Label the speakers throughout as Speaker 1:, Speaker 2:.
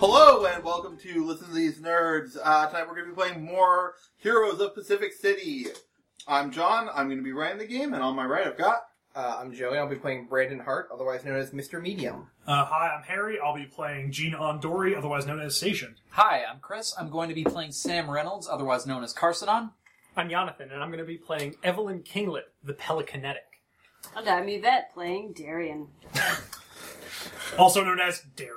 Speaker 1: Hello and welcome to Listen to These Nerds. Uh, tonight we're going to be playing more Heroes of Pacific City. I'm John. I'm going to be running the game, and on my right I've got
Speaker 2: Uh, I'm Joey. I'll be playing Brandon Hart, otherwise known as Mr. Medium.
Speaker 3: Uh, hi, I'm Harry. I'll be playing Gene Ondori, otherwise known as Station.
Speaker 4: Hi, I'm Chris. I'm going to be playing Sam Reynolds, otherwise known as Carcinon.
Speaker 5: I'm Jonathan, and I'm going to be playing Evelyn Kinglet, the Pelicanetic.
Speaker 6: And I'm Yvette playing Darian.
Speaker 3: Also known as Darien.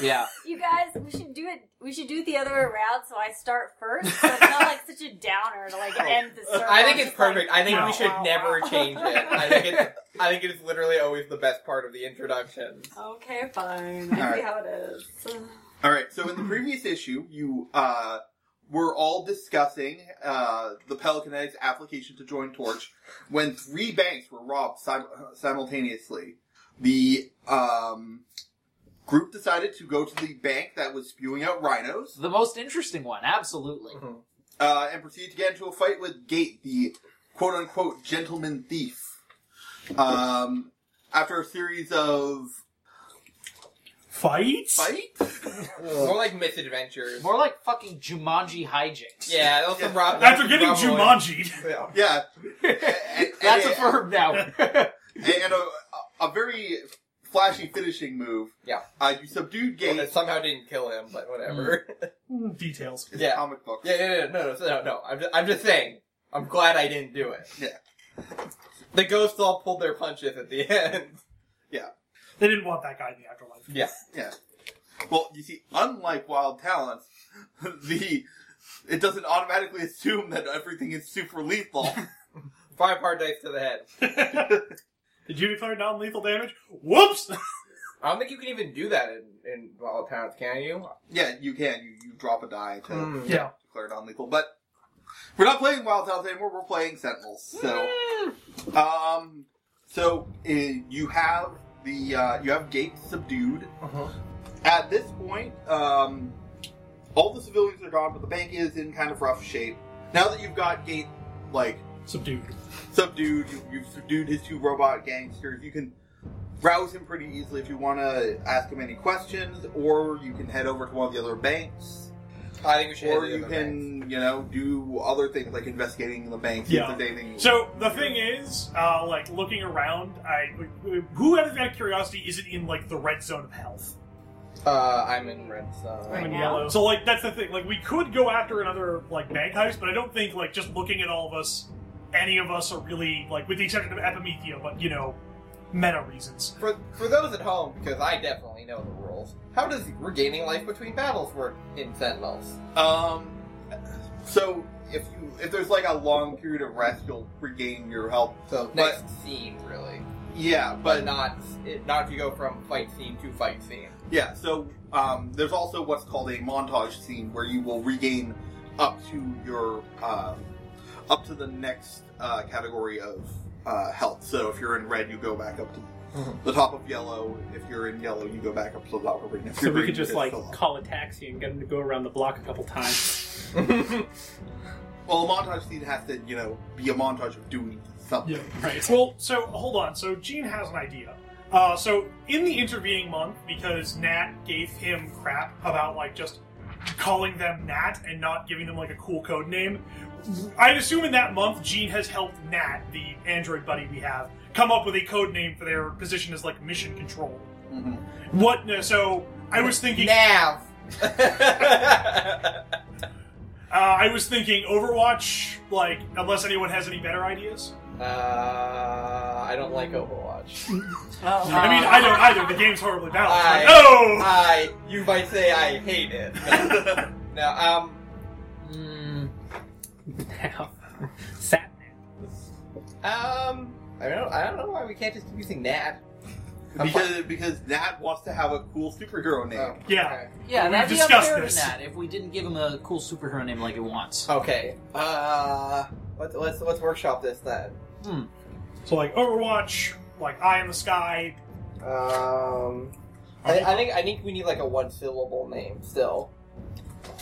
Speaker 4: Yeah.
Speaker 6: You guys, we should do it. We should do it the other way around, so I start first. So it's not like such a downer to like end the circle.
Speaker 2: Oh. I think it's
Speaker 6: just like-
Speaker 2: perfect. I think
Speaker 3: wow,
Speaker 2: we should
Speaker 6: wow,
Speaker 2: never
Speaker 6: wow.
Speaker 2: change it. I think it's, I think it is literally always the best part of the introduction.
Speaker 6: Okay,
Speaker 1: All
Speaker 6: fine. I see
Speaker 1: right.
Speaker 6: how it is.
Speaker 1: All right. So in the previous issue, you uh, were all discussing uh, the Pelicanetics application to join Torch when three banks were robbed sim- simultaneously. The um, group decided to go to the bank that was spewing out rhinos
Speaker 4: The most interesting one, absolutely.
Speaker 1: uh, and proceeded to get into a fight with Gate, the quote unquote gentleman thief. Um, after a series of
Speaker 3: Fights?
Speaker 1: fights,
Speaker 2: More like misadventures.
Speaker 4: More like fucking Jumanji hijinks.
Speaker 2: Yeah, also
Speaker 1: Yeah.
Speaker 2: Rob.
Speaker 3: After getting
Speaker 2: Rob-
Speaker 3: Jumanji'd.
Speaker 2: Yeah.
Speaker 1: yeah, A-
Speaker 4: That's
Speaker 1: a-
Speaker 4: a verb now.
Speaker 1: and a, a very flashy finishing move.
Speaker 2: Yeah.
Speaker 1: Uh, you subdued
Speaker 2: Well,
Speaker 1: Gate.
Speaker 2: that somehow didn't kill him, but whatever.
Speaker 3: Mm, Details.
Speaker 1: It's
Speaker 2: yeah.
Speaker 1: a comic book.
Speaker 2: yeah, yeah, yeah, no, no, no, no. I'm just, I'm just saying. I'm glad I didn't do it.
Speaker 1: Yeah.
Speaker 2: The ghosts all pulled their punches at the end.
Speaker 3: They didn't want that guy in the afterlife.
Speaker 2: Yeah.
Speaker 1: Well, you see, unlike Wild Talents, the it doesn't automatically assume that everything is super lethal.
Speaker 2: Five hard dice to the head.
Speaker 3: Did you declare non lethal damage? Whoops!
Speaker 2: I don't think you can even do that in, in Wild Towns, can you?
Speaker 1: yeah, you can. You, you drop a die to
Speaker 2: Hmm.
Speaker 3: yeah.
Speaker 1: declare non-lethal, but we're not playing Wild Talents anymore. We're playing Sentinels. So, um, so uh, you have the uh, you have Gate subdued.
Speaker 2: Uh-huh.
Speaker 1: At this point, um, all the civilians are gone, but the bank is in kind of rough shape. Now that you've got Gate, like,
Speaker 3: Subdued.
Speaker 1: subdued, you, you've subdued his two robot gangsters, you can rouse him pretty easily if you want to ask him any questions, or you can head over to one of the other banks,
Speaker 2: I think we should.
Speaker 1: or
Speaker 2: hit the
Speaker 1: you
Speaker 2: other bank.
Speaker 1: can, you know, do other things like investigating the bank, see
Speaker 3: Yeah.
Speaker 1: if there's anything.
Speaker 3: So, the thing is, uh, like, looking around, I who out of that curiosity isn't in, like, the red zone of health?
Speaker 2: Uh, I'm in red zone.
Speaker 6: Right
Speaker 3: I'm in
Speaker 6: now.
Speaker 3: yellow. So, like, that's the thing. Like, we could go after another, like, bank heist, but I don't think, like, just looking at all of us, any of us are really, like, with the exception of Epimethea, but, you know, meta reasons.
Speaker 2: For, for those at home, because I definitely know the rules, how does regaining life between battles work in Sentinels?
Speaker 1: Um, so if you if there's like a long period of rest, you'll regain your health.
Speaker 2: So
Speaker 1: But-
Speaker 2: next scene, really,
Speaker 1: Yeah,
Speaker 2: but not it, not if you go from fight scene to fight scene.
Speaker 1: Yeah, so um, there's also what's called a montage scene where you will regain up to your uh, up to the next uh, category of uh, health. So if you're in red, you go back up to
Speaker 2: Mhm.
Speaker 1: the top of yellow. If you're in yellow, you go back up to the top of green. If
Speaker 5: So
Speaker 1: you're
Speaker 5: we
Speaker 1: green,
Speaker 5: could just
Speaker 1: you
Speaker 5: like
Speaker 1: fill up.
Speaker 5: call a taxi and get him to go around the block a couple times.
Speaker 1: well, a montage scene has to you know be a montage of doing something.
Speaker 5: right.
Speaker 3: Well, so hold on. So Gene has an idea. Uh, so in the intervening month, because Nat gave him crap about like just calling them Nat and not giving them like a cool code name, I'd assume in that month Gene has helped Nat, the android buddy we have, come up with a code name for their position as like mission control.
Speaker 1: Mhm.
Speaker 3: What? no, So I was thinking.
Speaker 2: Nav.
Speaker 3: Uh, I was thinking Overwatch. Like, unless anyone has any better ideas.
Speaker 2: uh, I don't like Overwatch.
Speaker 3: I mean, I don't either. The game's horribly balanced.
Speaker 2: I-
Speaker 3: oh.
Speaker 2: I you might say I hate it. No, No, um,
Speaker 4: Mm,
Speaker 5: Now, sat.
Speaker 2: um, I don't I don't know why we can't just keep using Nav.
Speaker 1: Because because Nat wants to have a cool superhero name.
Speaker 2: Oh,
Speaker 3: Yeah.
Speaker 4: yeah,
Speaker 3: We've
Speaker 4: that'd be
Speaker 3: discussed
Speaker 4: unfair
Speaker 3: this.
Speaker 4: to Nat if we didn't give him a cool superhero name like he wants.
Speaker 2: Okay. Uh, let's let's let's workshop this then.
Speaker 3: So like Overwatch, like Eye in the Sky.
Speaker 2: Um, I, I think I think we need like a one syllable name still,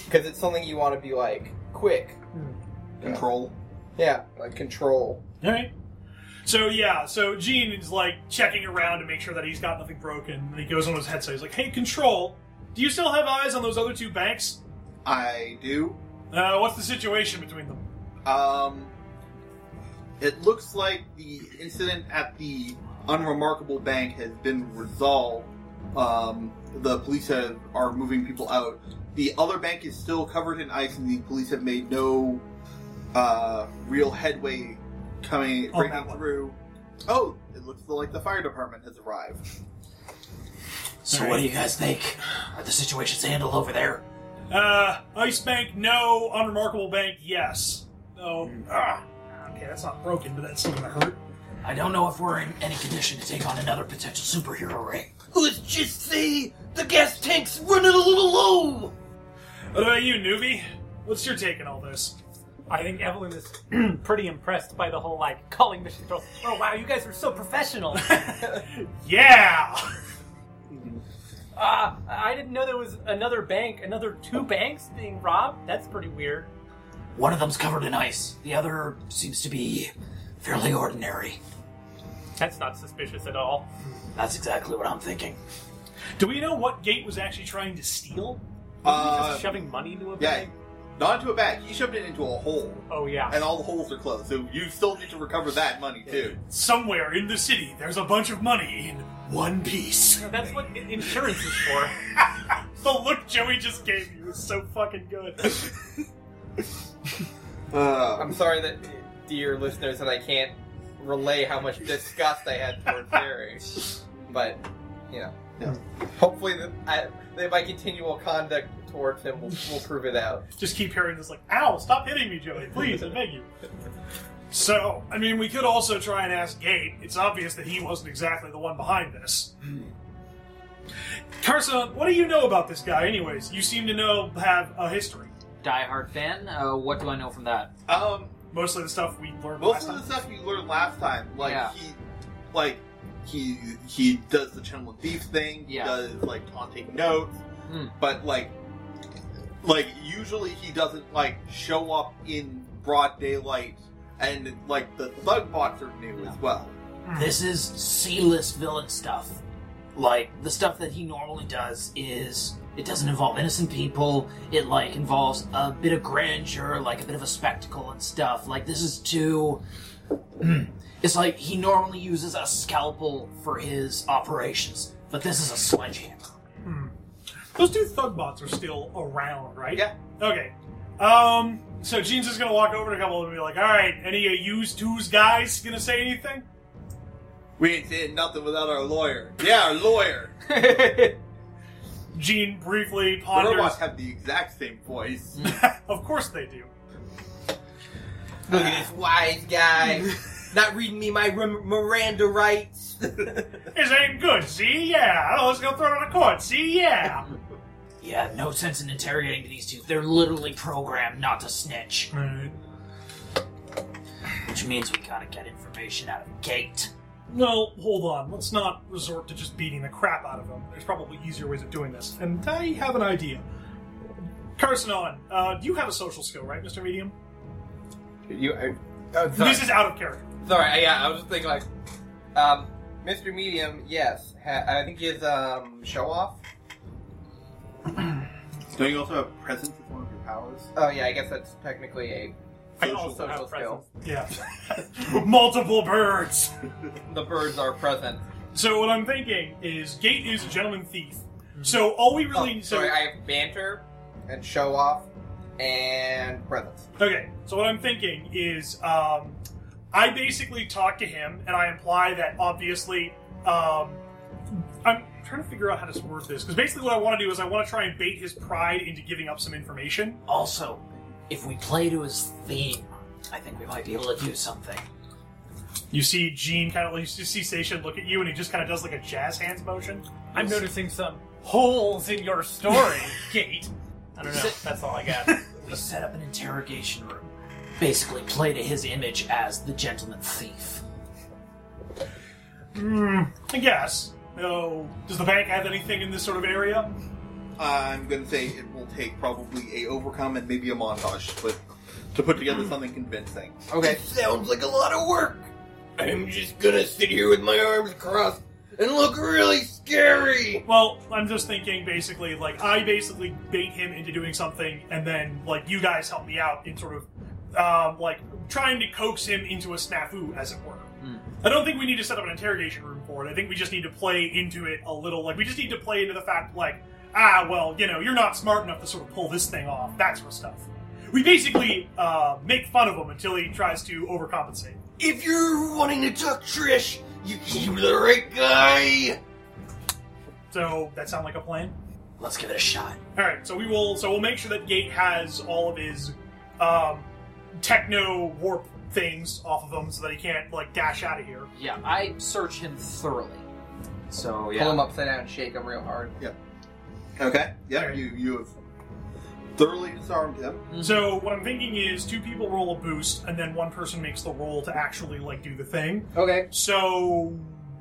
Speaker 2: because it's something you want to be like quick.
Speaker 1: Control.
Speaker 2: Yeah, like control.
Speaker 3: All right. So yeah, so Gene is like checking around to make sure that he's got nothing broken. And he goes on his headset. He's like, "Hey, Control, do you still have eyes on those other two banks?
Speaker 1: I do.
Speaker 3: Uh, what's the situation between them?"
Speaker 1: Um, it looks like the incident at the unremarkable bank has been resolved. Um, the police have, are moving people out. The other bank is still covered in ice, and the police have made no uh, real headway coming
Speaker 3: On that
Speaker 1: breaking
Speaker 3: one.
Speaker 1: through. Oh, it looks like the fire department has arrived.
Speaker 4: So what do you guys think? Are the situations handled over there?
Speaker 3: Uh, Ice Bank, no. Unremarkable Bank, yes. Oh, ah. okay, that's not broken, but that's still gonna hurt.
Speaker 4: I don't know if we're in any condition to take on another potential superhero ring. Let's just say the gas tank's running a little low.
Speaker 3: What about you, newbie? What's your take on all this?
Speaker 5: I think Evelyn is pretty impressed by the whole like calling mission control. Oh wow, you guys are so professional.
Speaker 3: Yeah,
Speaker 5: Uh, I didn't know there was another bank, another two banks being robbed. That's pretty weird.
Speaker 4: One of them's covered in ice. The other seems to be fairly ordinary.
Speaker 5: That's not suspicious at all.
Speaker 4: That's exactly what I'm thinking.
Speaker 3: do we know what Gate was actually trying to steal?
Speaker 5: Wasn't he
Speaker 1: Uh,
Speaker 5: just shoving money into a
Speaker 1: yeah,
Speaker 5: bank.
Speaker 1: not into a bag. He shoved it into a hole,
Speaker 5: Oh yeah.
Speaker 1: and all the holes are closed. So you still need to recover that money too.
Speaker 3: Somewhere in the city, there's a bunch of money in one piece.
Speaker 5: That's what i- insurance is for.
Speaker 3: The look Joey just gave you was so fucking good.
Speaker 1: Uh,
Speaker 2: I'm sorry that, dear listeners, that I can't relay how much disgust I had towards Jerry. But, you know.
Speaker 1: Yeah.
Speaker 2: Hopefully, that I, that my continual conduct towards him will, will prove it out.
Speaker 3: just keep hearing this like, ow, stop hitting me, Joey, please, I beg you. So, I mean, we could also try and ask Gate. It's obvious that he wasn't exactly the one behind this. Carson, what do you know about this guy, anyways? You seem to know have a history.
Speaker 7: Diehard fan. Uh, what do I know from that?
Speaker 1: um,
Speaker 3: Mostly the stuff we learned
Speaker 1: Most
Speaker 3: last
Speaker 1: of the
Speaker 3: time.
Speaker 1: stuff you learned last time, like
Speaker 7: Yeah.
Speaker 1: he, like he he does the Channel Thief thing. He
Speaker 7: Yeah.
Speaker 1: does like Taunt take notes,
Speaker 7: Hmm.
Speaker 1: but like like usually he doesn't like show up in broad daylight, and like the thug bots are new as well.
Speaker 4: This is C-list villain stuff. Like the stuff that he normally does is it doesn't involve innocent people. It like involves a bit of grandeur, like a bit of a spectacle and stuff. Like this is too. It's like he normally uses a scalpel for his operations, but this is a sledgehammer.
Speaker 3: Those two thug bots are still around, right?
Speaker 1: Yeah.
Speaker 3: Okay. Um, so Gene's just gonna walk over to a couple of them and be like, alright, any of yous two's guys gonna say anything?
Speaker 1: We ain't saying nothing without our lawyer. Yeah, our lawyer.
Speaker 3: Gene briefly
Speaker 1: The
Speaker 3: ponders.
Speaker 1: robots have the exact same voice.
Speaker 3: of course they do.
Speaker 2: Look at this wise guy. Not reading me my Rim- Miranda rights.
Speaker 3: This ain't good, see? Yeah. Oh, let's go throw it on the court, see? Yeah.
Speaker 4: Yeah, no sense in interrogating these two. They're literally programmed not to snitch, which means we gotta get information out of Gate.
Speaker 3: No, hold on. Let's not resort to just beating the crap out of them. There's probably easier ways of doing this. And I have an idea. Carson on, uh, do you have a social skill, right, Mr. Medium?
Speaker 2: you, I,
Speaker 7: uh,
Speaker 3: This is out of character.
Speaker 2: Sorry, yeah, I was just thinking like, um, Mr. Medium, yes, ha- I think he is um, show off.
Speaker 1: Don't you also have presence as one of your powers?
Speaker 2: Oh yeah, I guess that's technically a
Speaker 5: I
Speaker 1: Social-
Speaker 5: also
Speaker 2: social
Speaker 5: have
Speaker 2: skill.
Speaker 5: presents.
Speaker 3: Yeah. Multiple birds.
Speaker 2: the birds are present.
Speaker 3: So what I'm thinking is Gate is a gentleman thief. So all we
Speaker 2: Oh,
Speaker 3: really need so
Speaker 2: sorry, I have banter and show off and presence.
Speaker 3: Okay, so what I'm thinking is um, I basically talk to him and I imply that obviously um, I'm trying to figure out how to word this because basically what I want to do is I want to try and bait his pride into giving up some information.
Speaker 4: Also, if we play to his theme, I think we might be able to do something.
Speaker 3: You see Gene kind of like you see Station look at you and he just kind of does like a jazz hands motion.
Speaker 5: I'm noticing some holes in your story, Gate. I don't know. That's all I got.
Speaker 4: We set up an interrogation room. Basically, play to his image as the gentleman thief.
Speaker 3: Hmm, I guess. No. Does the bank have anything in this sort of area?
Speaker 1: I'm gonna say it will take probably a overcome and maybe a
Speaker 3: Hmm.
Speaker 1: montage, but to put together something convincing.
Speaker 2: Okay,
Speaker 1: Sounds like a lot of work.
Speaker 8: I'm just gonna sit here with my arms crossed and look really scary.
Speaker 3: Well, I'm just thinking basically, like, I basically bait him into doing something, and then, like, you guys help me out in sort of, um, like, trying to coax him into a snafu, as it were.
Speaker 7: Hmm.
Speaker 3: I don't think we need to set up an interrogation room for it. I think we just need to play into it a little. Like, we just need to play into the fact, like, ah, well, you know, you're not smart enough to sort of pull this thing off, that sort of stuff. We basically uh, make fun of him until he tries to overcompensate.
Speaker 8: If you're wanting to talk Trish, you came to the right guy.
Speaker 3: So, that sound like a plan?
Speaker 4: Let's give it a shot.
Speaker 3: All right, so we will. So we'll make sure that Gate has all of his um, techno warp things off of him, so that he can't like dash out of here.
Speaker 7: Yeah, I search him thoroughly.
Speaker 4: Oh,
Speaker 7: So
Speaker 2: Pull him
Speaker 7: yeah,
Speaker 2: upside down and shake him real hard.
Speaker 1: Okay. Yeah,
Speaker 3: Alright.
Speaker 1: you you have thoroughly disarmed him.
Speaker 2: Mm-hmm.
Speaker 3: So what I'm thinking is two people roll a boost, and then one person makes the roll to actually like do the thing.
Speaker 2: Okay.
Speaker 3: So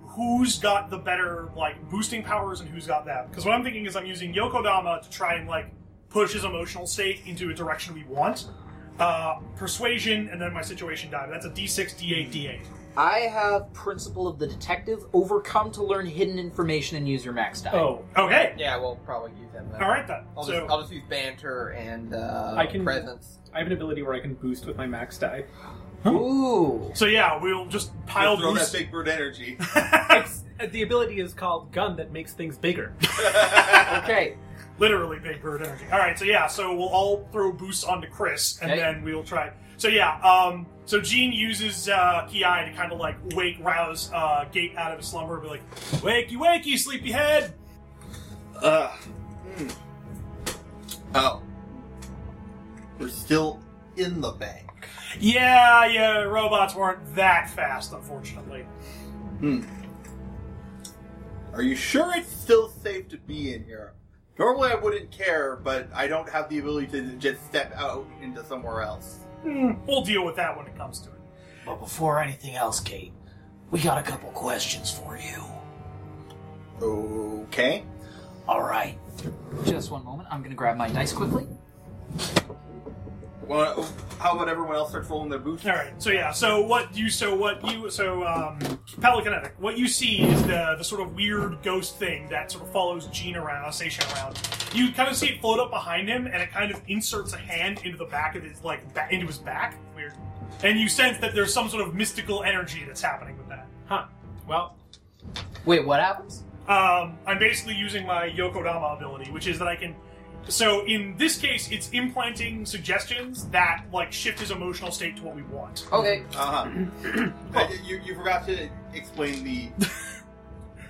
Speaker 3: who's got the better like boosting powers, and who's got that? Because what I'm thinking is I'm using Yokodama to try and like push his emotional state into a direction we want. Uh, persuasion, and then my situation die. That's a D6, D8, D8.
Speaker 7: I have principle of the detective overcome to learn hidden information and use your max die.
Speaker 5: Oh,
Speaker 3: Okay.
Speaker 2: Yeah, we'll probably use him. Then.
Speaker 3: All right then.
Speaker 2: I'll
Speaker 3: so
Speaker 2: just, I'll just use banter and uh,
Speaker 5: I can-
Speaker 2: presence.
Speaker 5: I have an ability where I can boost with my max die.
Speaker 7: Ooh.
Speaker 3: So yeah, we'll just pile
Speaker 1: You'll throw
Speaker 3: boost.
Speaker 1: that big bird energy.
Speaker 5: It's, uh, the ability is called gun that makes things bigger.
Speaker 7: Okay.
Speaker 3: literally big bird energy. All right, so yeah, so we'll all throw boosts onto Chris, and
Speaker 7: Okay.
Speaker 3: then we'll try. So yeah, um, so Gene uses uh, Ki to kind of like wake rouse uh, Gate out of his slumber, and be like, "Wakey, wakey, sleepyhead."
Speaker 1: Ugh. Hmm. Oh, we're still in the bank.
Speaker 3: Yeah, yeah, robots weren't that fast, unfortunately.
Speaker 1: Hmm. Are you sure it's still safe to be in here? Normally I wouldn't care, but I don't have the ability to just step out into somewhere else.
Speaker 3: Hmm, we'll deal with that when it comes to it.
Speaker 4: But before anything else, Kate, we got a couple questions for you.
Speaker 1: Okay.
Speaker 4: All right.
Speaker 7: Just one moment. I'm gonna grab my dice quickly.
Speaker 1: Well, how about everyone else starts rolling their boots?
Speaker 3: All right. So yeah. So what you? So what you? So um, Pelicanetic. What you see is the the sort of weird ghost thing that sort of follows Gene around, uh, station around. You kind of see it float up behind him, and it kind of inserts a hand into the back of his like ba- into his back. Weird. And you sense that there's some sort of mystical energy that's happening with that.
Speaker 5: Well,
Speaker 7: Wait, what happens?
Speaker 3: Um, I'm basically using my Yokodama ability, which is that I can. So in this case, it's implanting suggestions that like shift his emotional state to what we want.
Speaker 7: Okay.
Speaker 1: Uh-huh. Uh, you, you forgot to explain the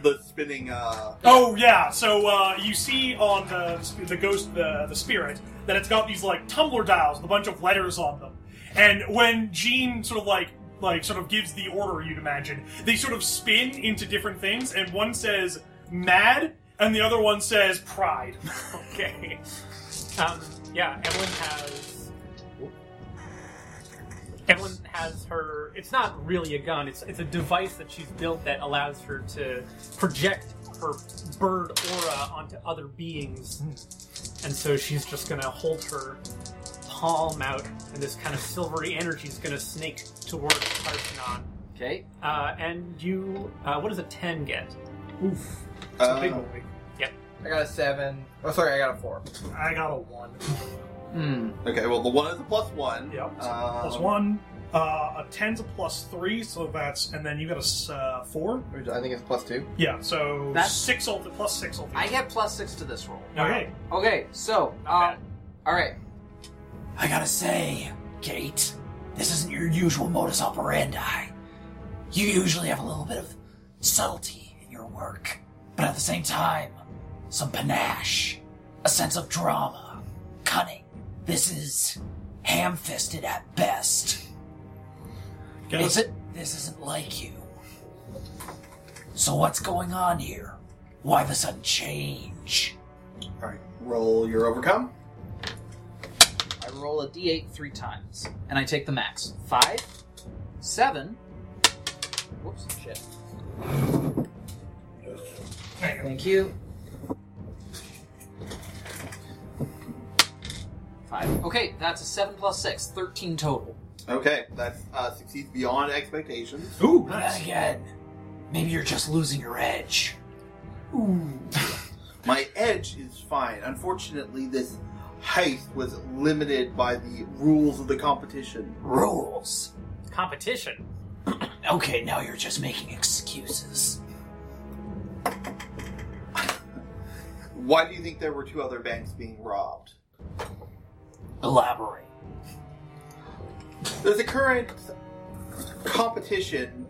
Speaker 1: the spinning. Uh,
Speaker 3: Oh yeah, so uh, you see on the the ghost the the spirit that it's got these like tumbler dials with a bunch of letters on them, and when Gene sort of like like sort of gives the order you'd imagine, they sort of spin into different things, and one says mad, and the other one says pride.
Speaker 5: okay. Um, yeah, Evelyn has. Evelyn has her. It's not really a gun. It's it's a device that she's built that allows her to project her bird aura onto other beings, and so she's just gonna hold her palm out, and this kind of silvery energy is gonna snake towards Parthenon.
Speaker 7: Okay.
Speaker 5: Uh, and you, uh, what does a ten get? Oof, it's a big
Speaker 1: Uh,
Speaker 5: one.
Speaker 2: I got a seven. Oh, sorry, I got a four.
Speaker 3: I got a one.
Speaker 7: Hmm.
Speaker 1: okay, well, the one is a plus one.
Speaker 3: Yep.
Speaker 1: Um,
Speaker 3: Uh, Plus one. Uh, a ten's a plus three, so that's and then you got a s- uh, four.
Speaker 2: I think it's plus two.
Speaker 3: Yeah, so
Speaker 7: That's-
Speaker 3: six ulti plus six ulti.
Speaker 7: I get plus six to this roll.
Speaker 3: okay.
Speaker 7: Okay. So,
Speaker 3: Not
Speaker 7: um, all right.
Speaker 4: I gotta say, Kate, this isn't your usual modus operandi. You usually have a little bit of subtlety in your work, but at the same time, some panache, a sense of drama, cunning. This is ham fisted at best.
Speaker 3: Got
Speaker 4: Is it? This isn't like you. So, what's going on here? Why the sudden change?
Speaker 1: All right, roll your overcome.
Speaker 7: I roll a d8 three times, and I take the max. Five, seven. Whoops, shit. Thank you. Five. Okay, that's a seven plus six, 13 total.
Speaker 1: Okay, that uh, succeeds beyond expectations.
Speaker 5: Ooh,
Speaker 4: But then again, maybe you're just losing your edge.
Speaker 1: My edge is fine. Unfortunately, this heist was limited by the rules of the competition.
Speaker 4: Rules.
Speaker 5: Competition.
Speaker 4: Okay, now you're just making excuses.
Speaker 1: Why do you think there were two other banks being robbed?
Speaker 4: Elaborate.
Speaker 1: There's a current competition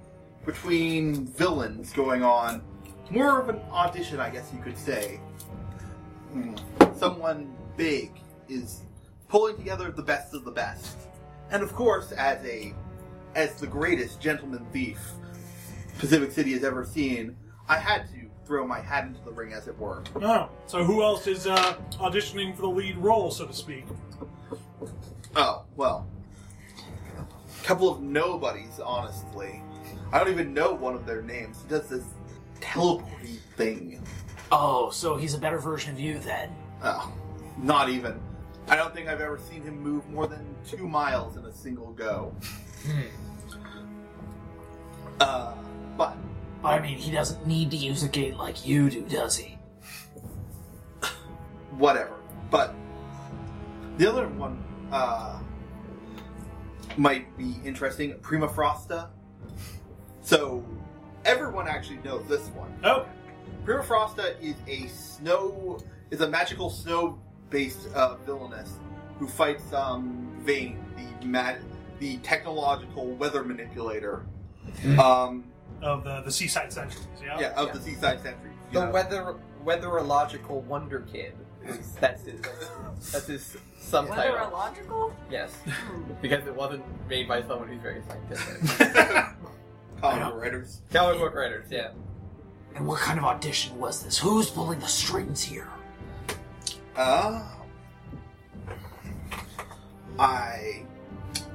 Speaker 1: between villains going on. More of an audition, I guess you could say. Hmm. Someone big is pulling together the best of the best. And of course, as a as the greatest gentleman thief Pacific City has ever seen, I had to throw my hat into the ring as it were.
Speaker 3: Oh, so who else is uh, auditioning for the lead role, so to speak?
Speaker 1: Oh, well. Couple of nobodies, honestly. I don't even know one of their names. He does this teleporting thing.
Speaker 4: Oh, so he's a better version of you then.
Speaker 1: Oh, not even. I don't think I've ever seen him move more than two miles in a single go. Uh, but
Speaker 4: But I mean, he doesn't need to use a gate like you do, does he?
Speaker 1: whatever. But the other one uh, might be interesting. Prima Frosta. So everyone actually knows this one.
Speaker 3: Oh,
Speaker 1: Prima Frosta is a snow is a magical snow based uh, villainess who fights um, Vane, the mad, the technological weather manipulator. Um,
Speaker 3: of the, the Seaside Centuries, Oh, yeah?
Speaker 1: yeah, of the Seaside Sentry. you
Speaker 2: The
Speaker 1: know.
Speaker 2: weather weatherological wonder kid. is- That's his. That's his subtitle.
Speaker 6: Weatherological?
Speaker 2: Yes, because it wasn't made by someone who's very scientific.
Speaker 1: Common writers.
Speaker 2: Comic book writers, yeah.
Speaker 4: And what kind of audition was this? Who's pulling the strings here?
Speaker 1: Uh, I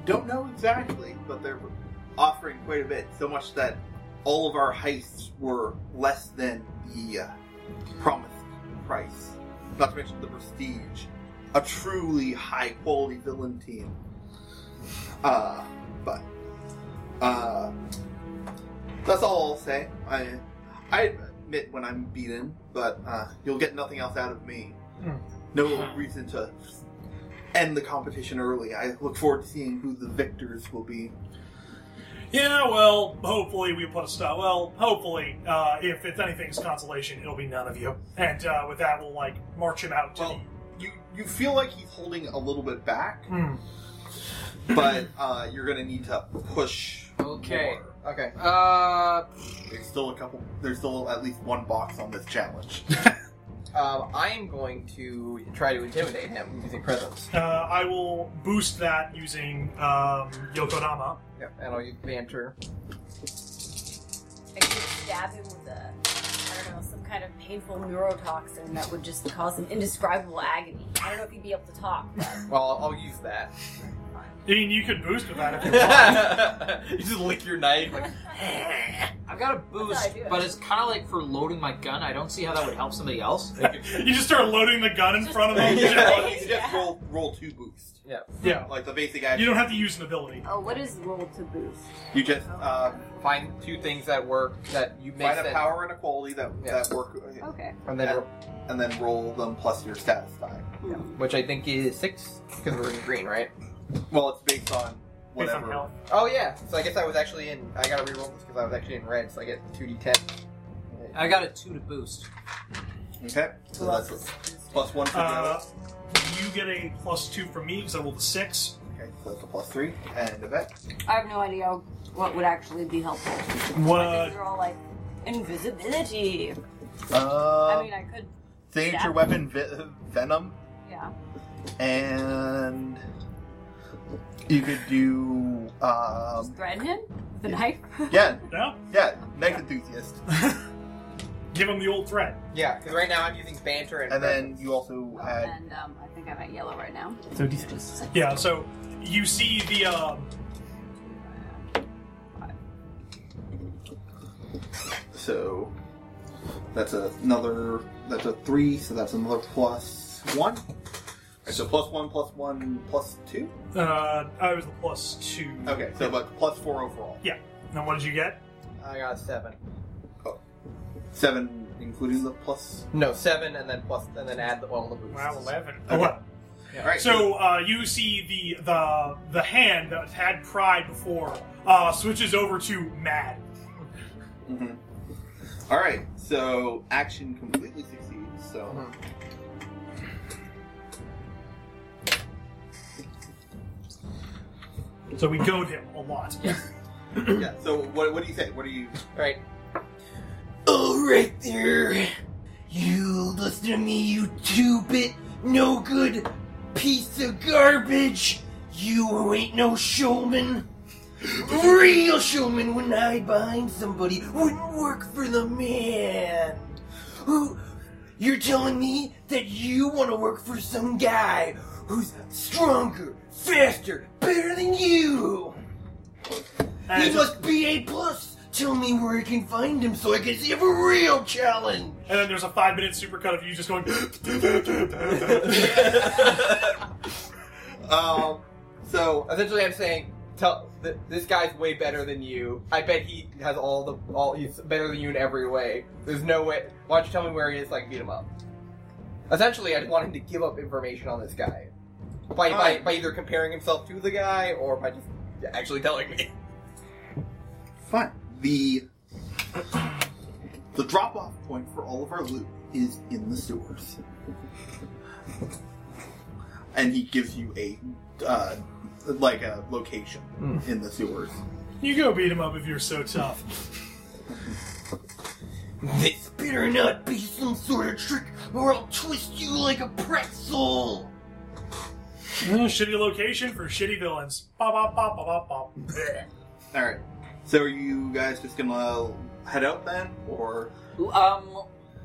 Speaker 1: don't know exactly, but they're offering quite a bit. So much that all of our heists were less than the uh, promised price. Not to mention the prestige. A truly high quality villain team. Uh, but uh, that's all I'll say. I I admit when I'm beaten, but uh, you'll get nothing else out of me no reason to end the competition early. I look forward to seeing who the victors will be.
Speaker 3: Yeah, well, hopefully we put a stop. Well, hopefully, uh, if it's anything's consolation, it'll be none of you. And uh, with that, we'll like march him out to.
Speaker 1: Well, you you feel like he's holding a little bit back,
Speaker 3: the... Hmm.
Speaker 1: but uh, you're gonna need to push.
Speaker 7: Okay.
Speaker 1: more.
Speaker 7: Okay. Uh,
Speaker 1: There's still a couple. There's still at least one box on this challenge.
Speaker 2: Um, I am going to try to intimidate him using presence.
Speaker 3: Uh, I will boost that using um, Yokodama.
Speaker 2: Yeah, and I'll use banter.
Speaker 6: I could stab him with a, I don't know, some kind of painful neurotoxin that would just cause him indescribable agony. I don't know if he'd be able to talk.
Speaker 2: Well, I'll, I'll use that.
Speaker 3: I mean, you could boost with that if you want.
Speaker 2: you just lick your knife. Like,
Speaker 7: I've got a
Speaker 6: That's
Speaker 7: boost,
Speaker 6: how I do it.
Speaker 7: but it's kind of like for loading my gun. I don't see how that would help somebody else.
Speaker 3: you just start loading the gun in front of him.
Speaker 1: you
Speaker 6: Yeah.
Speaker 1: just, you just roll roll two boost,
Speaker 2: yeah.
Speaker 3: yeah.
Speaker 1: like the basic
Speaker 3: You
Speaker 1: action.
Speaker 3: don't have to use an ability.
Speaker 6: Oh, what is roll to boost?
Speaker 1: You just uh,
Speaker 2: Find two things that work that you make
Speaker 1: find a
Speaker 2: sense,
Speaker 1: power and a quality that
Speaker 2: Yeah.
Speaker 1: that work,
Speaker 6: Okay.
Speaker 2: and then
Speaker 1: and then roll them plus your status die.
Speaker 2: which I think is six because we're in green, right?
Speaker 1: Well, it's based on
Speaker 3: Based on
Speaker 1: whatever.
Speaker 3: health.
Speaker 2: Oh yeah. So I guess I was actually in. I gotta reroll this because I was actually in red, so I get two d ten.
Speaker 7: I got a two to boost.
Speaker 1: okay, so that's plus one for the other.
Speaker 3: Uh, you get a plus two from me because I rolled a six.
Speaker 1: Okay, so that's a plus three, and a vet.
Speaker 6: I have no idea what would actually be helpful. I
Speaker 3: What?
Speaker 6: think you're all like, invisibility.
Speaker 1: Uh,
Speaker 6: I mean, I could,
Speaker 1: signature
Speaker 6: yeah.
Speaker 1: weapon ve- venom,
Speaker 6: yeah.
Speaker 1: and you could do
Speaker 6: Just
Speaker 1: um,
Speaker 6: threaten him with a knife.
Speaker 1: yeah,
Speaker 3: No?
Speaker 1: yeah, knife enthusiast,
Speaker 3: Give him the old threat.
Speaker 2: Yeah, because right now I'm using banter and.
Speaker 1: and then you also had
Speaker 6: and um, I think I'm at yellow right now.
Speaker 5: So d6.
Speaker 3: Yeah, so you see the. Um,
Speaker 1: so that's a, another that's a three, so that's another plus one. Alright, so plus one, plus one, plus two.
Speaker 3: Uh, I was the plus two.
Speaker 1: Okay, so but plus four overall.
Speaker 3: Now what did you get?
Speaker 2: I got seven.
Speaker 1: Seven, including the plus.
Speaker 2: No, seven, and then plus, and then add the all the boosts.
Speaker 5: Wow, eleven.
Speaker 1: Okay.
Speaker 3: Eleven.
Speaker 1: All right.
Speaker 3: So uh, you see the the the hand that had pride before uh, switches over to mad.
Speaker 1: Mhm. All right. So action completely succeeds. So
Speaker 8: Uh-huh.
Speaker 3: So we goad him a lot.
Speaker 1: yeah. So what, what do you say? What do you?
Speaker 2: Right.
Speaker 8: Oh, right there. You listen to me, you two bit, no good piece of garbage. You ain't no showman. Real showman wouldn't hide behind somebody, wouldn't work for the man. Who? You're telling me that you want to work for some guy who's stronger, faster, better than you?
Speaker 3: And
Speaker 8: he
Speaker 3: it just-
Speaker 8: must be A plus. Tell me where I can find him so I can see him a real challenge.
Speaker 3: and then there's a five minute supercut of you just going.
Speaker 1: Um. So
Speaker 2: Essentially, I'm saying, tell th- this guy's way better than you. I bet he has all the all. He's better than you in every way. There's no way. Why don't you tell me where he is? So I can beat him up. Essentially, I just want him to give up information on this guy by by,
Speaker 1: Fine.
Speaker 2: by either comparing himself to the guy or by just actually telling me.
Speaker 1: fine. The the drop off point for all of our loot is in the sewers. And he gives you a uh, like a location in the sewers.
Speaker 3: you go beat him up if you're so tough.
Speaker 8: This better not be some sort of trick, or I'll twist you like a pretzel.
Speaker 3: shitty location for shitty villains. Bop bop bop bop bop bop.
Speaker 1: All right. So are you guys just gonna head out then, or
Speaker 7: Um,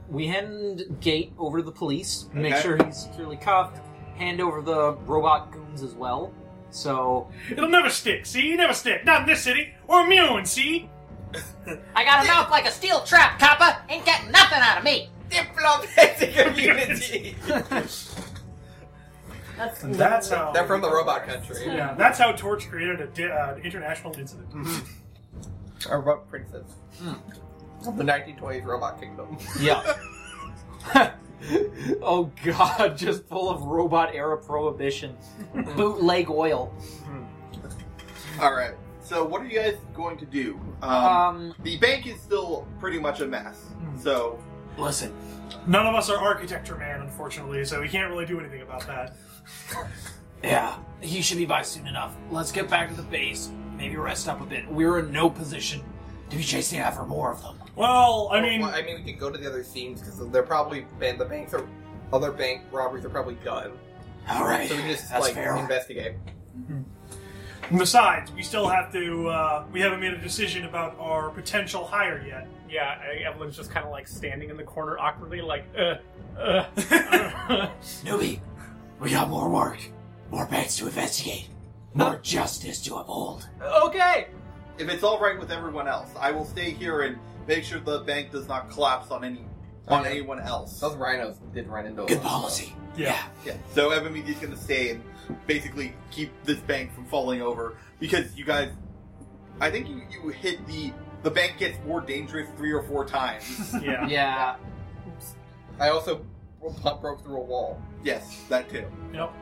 Speaker 7: we hand Gate over to the police, make
Speaker 1: Okay.
Speaker 7: sure he's securely cuffed, hand over the robot goons as well. So
Speaker 3: It'll never stick. See, never stick. Not in this city. We're immune. See.
Speaker 4: I got a mouth like a steel trap, copper. Ain't got nothing out of me.
Speaker 2: Diplomatic community.
Speaker 6: That's
Speaker 3: And that's how.
Speaker 2: They're from the robot country.
Speaker 3: yeah, that's how Torch created a di- uh, an international incident.
Speaker 2: Our robot princess. The 1920s robot kingdom.
Speaker 7: yeah. oh god, just full of robot era prohibition, bootleg oil.
Speaker 1: all right? So what are you guys going to do? Um,
Speaker 4: Uh,
Speaker 7: Um,
Speaker 1: the bank is still pretty much a mess. So
Speaker 4: Listen,
Speaker 3: None of us are architecture man, unfortunately, so we can't really do anything about that.
Speaker 4: yeah, he should be by soon enough. Let's get back to the base. Maybe rest up a bit. We're in no position to be chasing after more of them.
Speaker 3: Well, I mean,
Speaker 2: Well, I mean, we could go to the other scenes because they're probably been the banks are other bank robberies are probably done.
Speaker 4: All right,
Speaker 2: So we just
Speaker 4: that's
Speaker 2: like
Speaker 4: fair.
Speaker 2: investigate.
Speaker 3: besides, we still have to. Uh, we haven't made a decision about our potential hire yet.
Speaker 5: Yeah, I- Evelyn's just kind of like standing in the corner awkwardly, like, uh, uh.
Speaker 4: Newbie, we got more work, more banks to investigate, more justice to uphold.
Speaker 7: okay.
Speaker 1: if it's all right with everyone else, I will stay here and make sure the bank does not collapse on any on
Speaker 2: Okay.
Speaker 1: anyone else.
Speaker 2: Those rhinos did run into a
Speaker 4: Good
Speaker 2: lot, so-
Speaker 4: policy.
Speaker 3: Yeah.
Speaker 1: Yeah. So Ebenezer is going to stay and basically keep this bank from falling over because you guys, I think you, you hit the the bank gets more dangerous three or four times.
Speaker 3: Yeah.
Speaker 7: Yeah.
Speaker 2: I also bro- broke through a wall.
Speaker 1: yes, that too.
Speaker 3: Yep.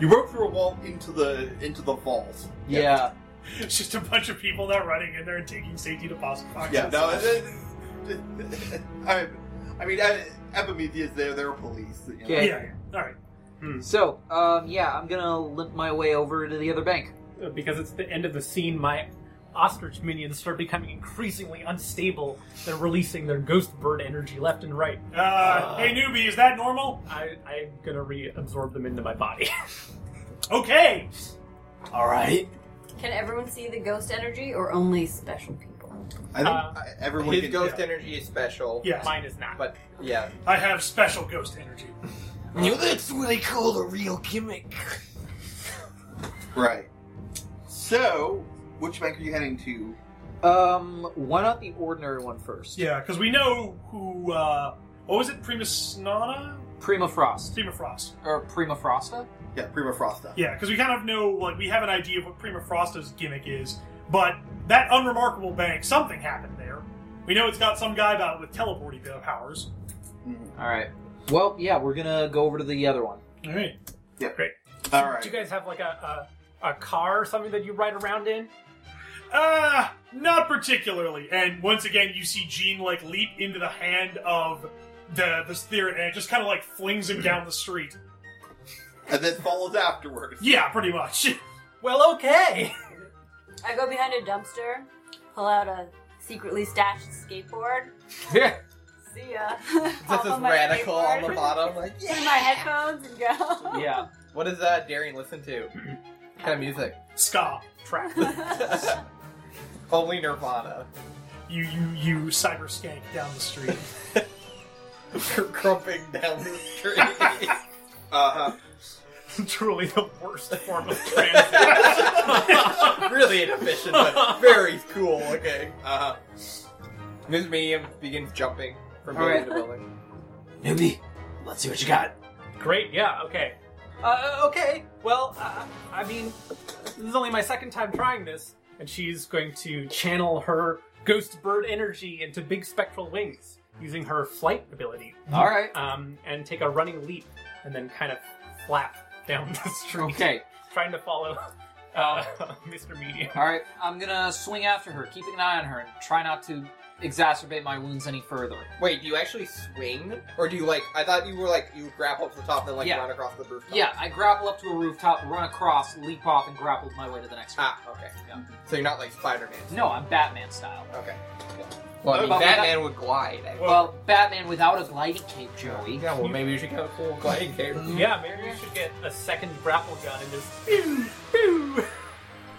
Speaker 1: You broke through a wall into the into the vault.
Speaker 7: Yeah.
Speaker 3: It's just a bunch of people that are running in there and taking safety deposit boxes.
Speaker 1: Yeah. No. it- it- it- I, I mean, uh, Epimetheus E is there. They're police. You know.
Speaker 3: Yeah.
Speaker 7: Okay.
Speaker 3: yeah. All right.
Speaker 7: So, um, yeah, I'm gonna limp my way over to the other bank.
Speaker 5: because it's the end of the scene, my ostrich minions start becoming increasingly unstable. They're releasing their ghost bird energy left and right.
Speaker 3: Uh, hey, newbie, is that normal?
Speaker 5: I, I'm gonna reabsorb them into my body.
Speaker 3: Okay.
Speaker 4: All right.
Speaker 6: Can everyone see the ghost energy or only special people?
Speaker 1: I think
Speaker 5: Uh,
Speaker 1: uh, everyone.
Speaker 2: His
Speaker 1: can,
Speaker 2: ghost energy is special.
Speaker 3: Yes.
Speaker 5: Mine is not.
Speaker 2: But yeah,
Speaker 3: I have special ghost energy.
Speaker 8: Now that's what I call a real gimmick.
Speaker 1: Right. So, which bank are you heading to?
Speaker 7: Um, why not the ordinary one first?
Speaker 3: Yeah, because we know who. Uh, What was it? Primus Nana?
Speaker 7: Prima Frost.
Speaker 3: Prima Frost.
Speaker 7: Or Prima Frosta?
Speaker 1: Yeah, Prima Frosta.
Speaker 3: Yeah, because we kind of know, like, we have an idea of what Prima Frosta's gimmick is, but that unremarkable bank, something happened there. We know it's got some guy about with teleporting powers.
Speaker 7: Alright. Well, yeah, we're gonna go over to the other one.
Speaker 3: All right.
Speaker 1: All right.
Speaker 5: Do you guys have like a, a a car or something that you ride around in?
Speaker 3: Uh, not particularly. And once again, you see Gene like leap into the hand of the the spirit, and it just kind of like flings him down the street.
Speaker 1: and then follows afterwards.
Speaker 3: Yeah, pretty much.
Speaker 5: Well, okay.
Speaker 6: I go behind a dumpster, pull out a secretly stashed skateboard.
Speaker 2: Yeah.
Speaker 6: See ya.
Speaker 2: This
Speaker 6: Hop
Speaker 2: is
Speaker 6: on my
Speaker 2: radical on the
Speaker 6: skateboard,
Speaker 2: bottom. Like,
Speaker 6: Put in my headphones and go.
Speaker 7: Yeah.
Speaker 2: what does uh, Darian listen to? What kind of music?
Speaker 3: Ska.
Speaker 5: Track.
Speaker 2: Only Nirvana.
Speaker 3: You you you cyber skank down the street.
Speaker 2: Cr- Crumping down the street.
Speaker 1: Uh-huh.
Speaker 5: Truly the worst form of transit.
Speaker 2: really inefficient, but very cool looking.
Speaker 1: Uh-huh.
Speaker 2: Ms. Medium begins jumping from
Speaker 7: All right.
Speaker 2: building to building.
Speaker 4: Newbie, let's see what you got.
Speaker 5: Great. Yeah. Okay. Uh, okay. Well, uh, I mean, this is only my second time trying this, and she's going to channel her ghost bird energy into big spectral wings using her flight ability,
Speaker 7: Alright.
Speaker 5: um, and take a running leap, and then kind of flap down the street,
Speaker 7: Okay.
Speaker 5: trying to follow uh, Mr. Medium.
Speaker 7: Alright. I'm gonna swing after her, keeping an eye on her, and try not to exacerbate my wounds any further.
Speaker 2: Wait, do you actually swing? Or do you like. I thought you were like. You grapple up to the top and like
Speaker 7: Yeah.
Speaker 2: run across the rooftop.
Speaker 7: Yeah, I grapple up to a rooftop, run across, leap off, and grapple my way to the next one.
Speaker 2: Ah, okay. Yeah. So you're not like Spider Man.
Speaker 7: No, I'm Batman style.
Speaker 2: Okay. Well,
Speaker 7: But
Speaker 2: I mean,
Speaker 7: we got-
Speaker 2: Batman would glide. I-
Speaker 7: Well, Batman without a gliding cape, Joey.
Speaker 2: Yeah, well, maybe you should get a cool gliding cape.
Speaker 5: Yeah, maybe we should get a second grapple gun and just pew, pew,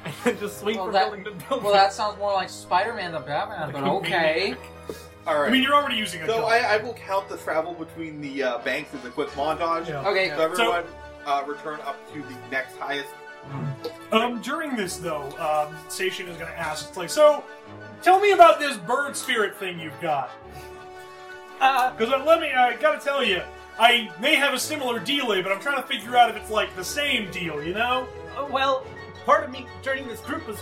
Speaker 5: and then just swing
Speaker 7: Well,
Speaker 5: from
Speaker 7: that-
Speaker 5: building to building.
Speaker 7: Well, that sounds more like Spider-Man than Batman, but okay.
Speaker 1: All
Speaker 3: I
Speaker 1: right.
Speaker 3: mean, you're already using a
Speaker 1: so
Speaker 3: gun.
Speaker 1: I, I will count the travel between the uh, banks as a quick montage.
Speaker 3: Yeah.
Speaker 7: Okay.
Speaker 1: So everyone uh, return up to the next highest.
Speaker 3: Um, during this though, um, Station is going to ask, it's like, so tell me about this bird spirit thing you've got.
Speaker 5: uh,
Speaker 3: Because let me, I gotta tell you, I may have a similar dealie, but I'm trying to figure out if it's like the same deal, you know?
Speaker 5: Uh, well, part of me joining this group was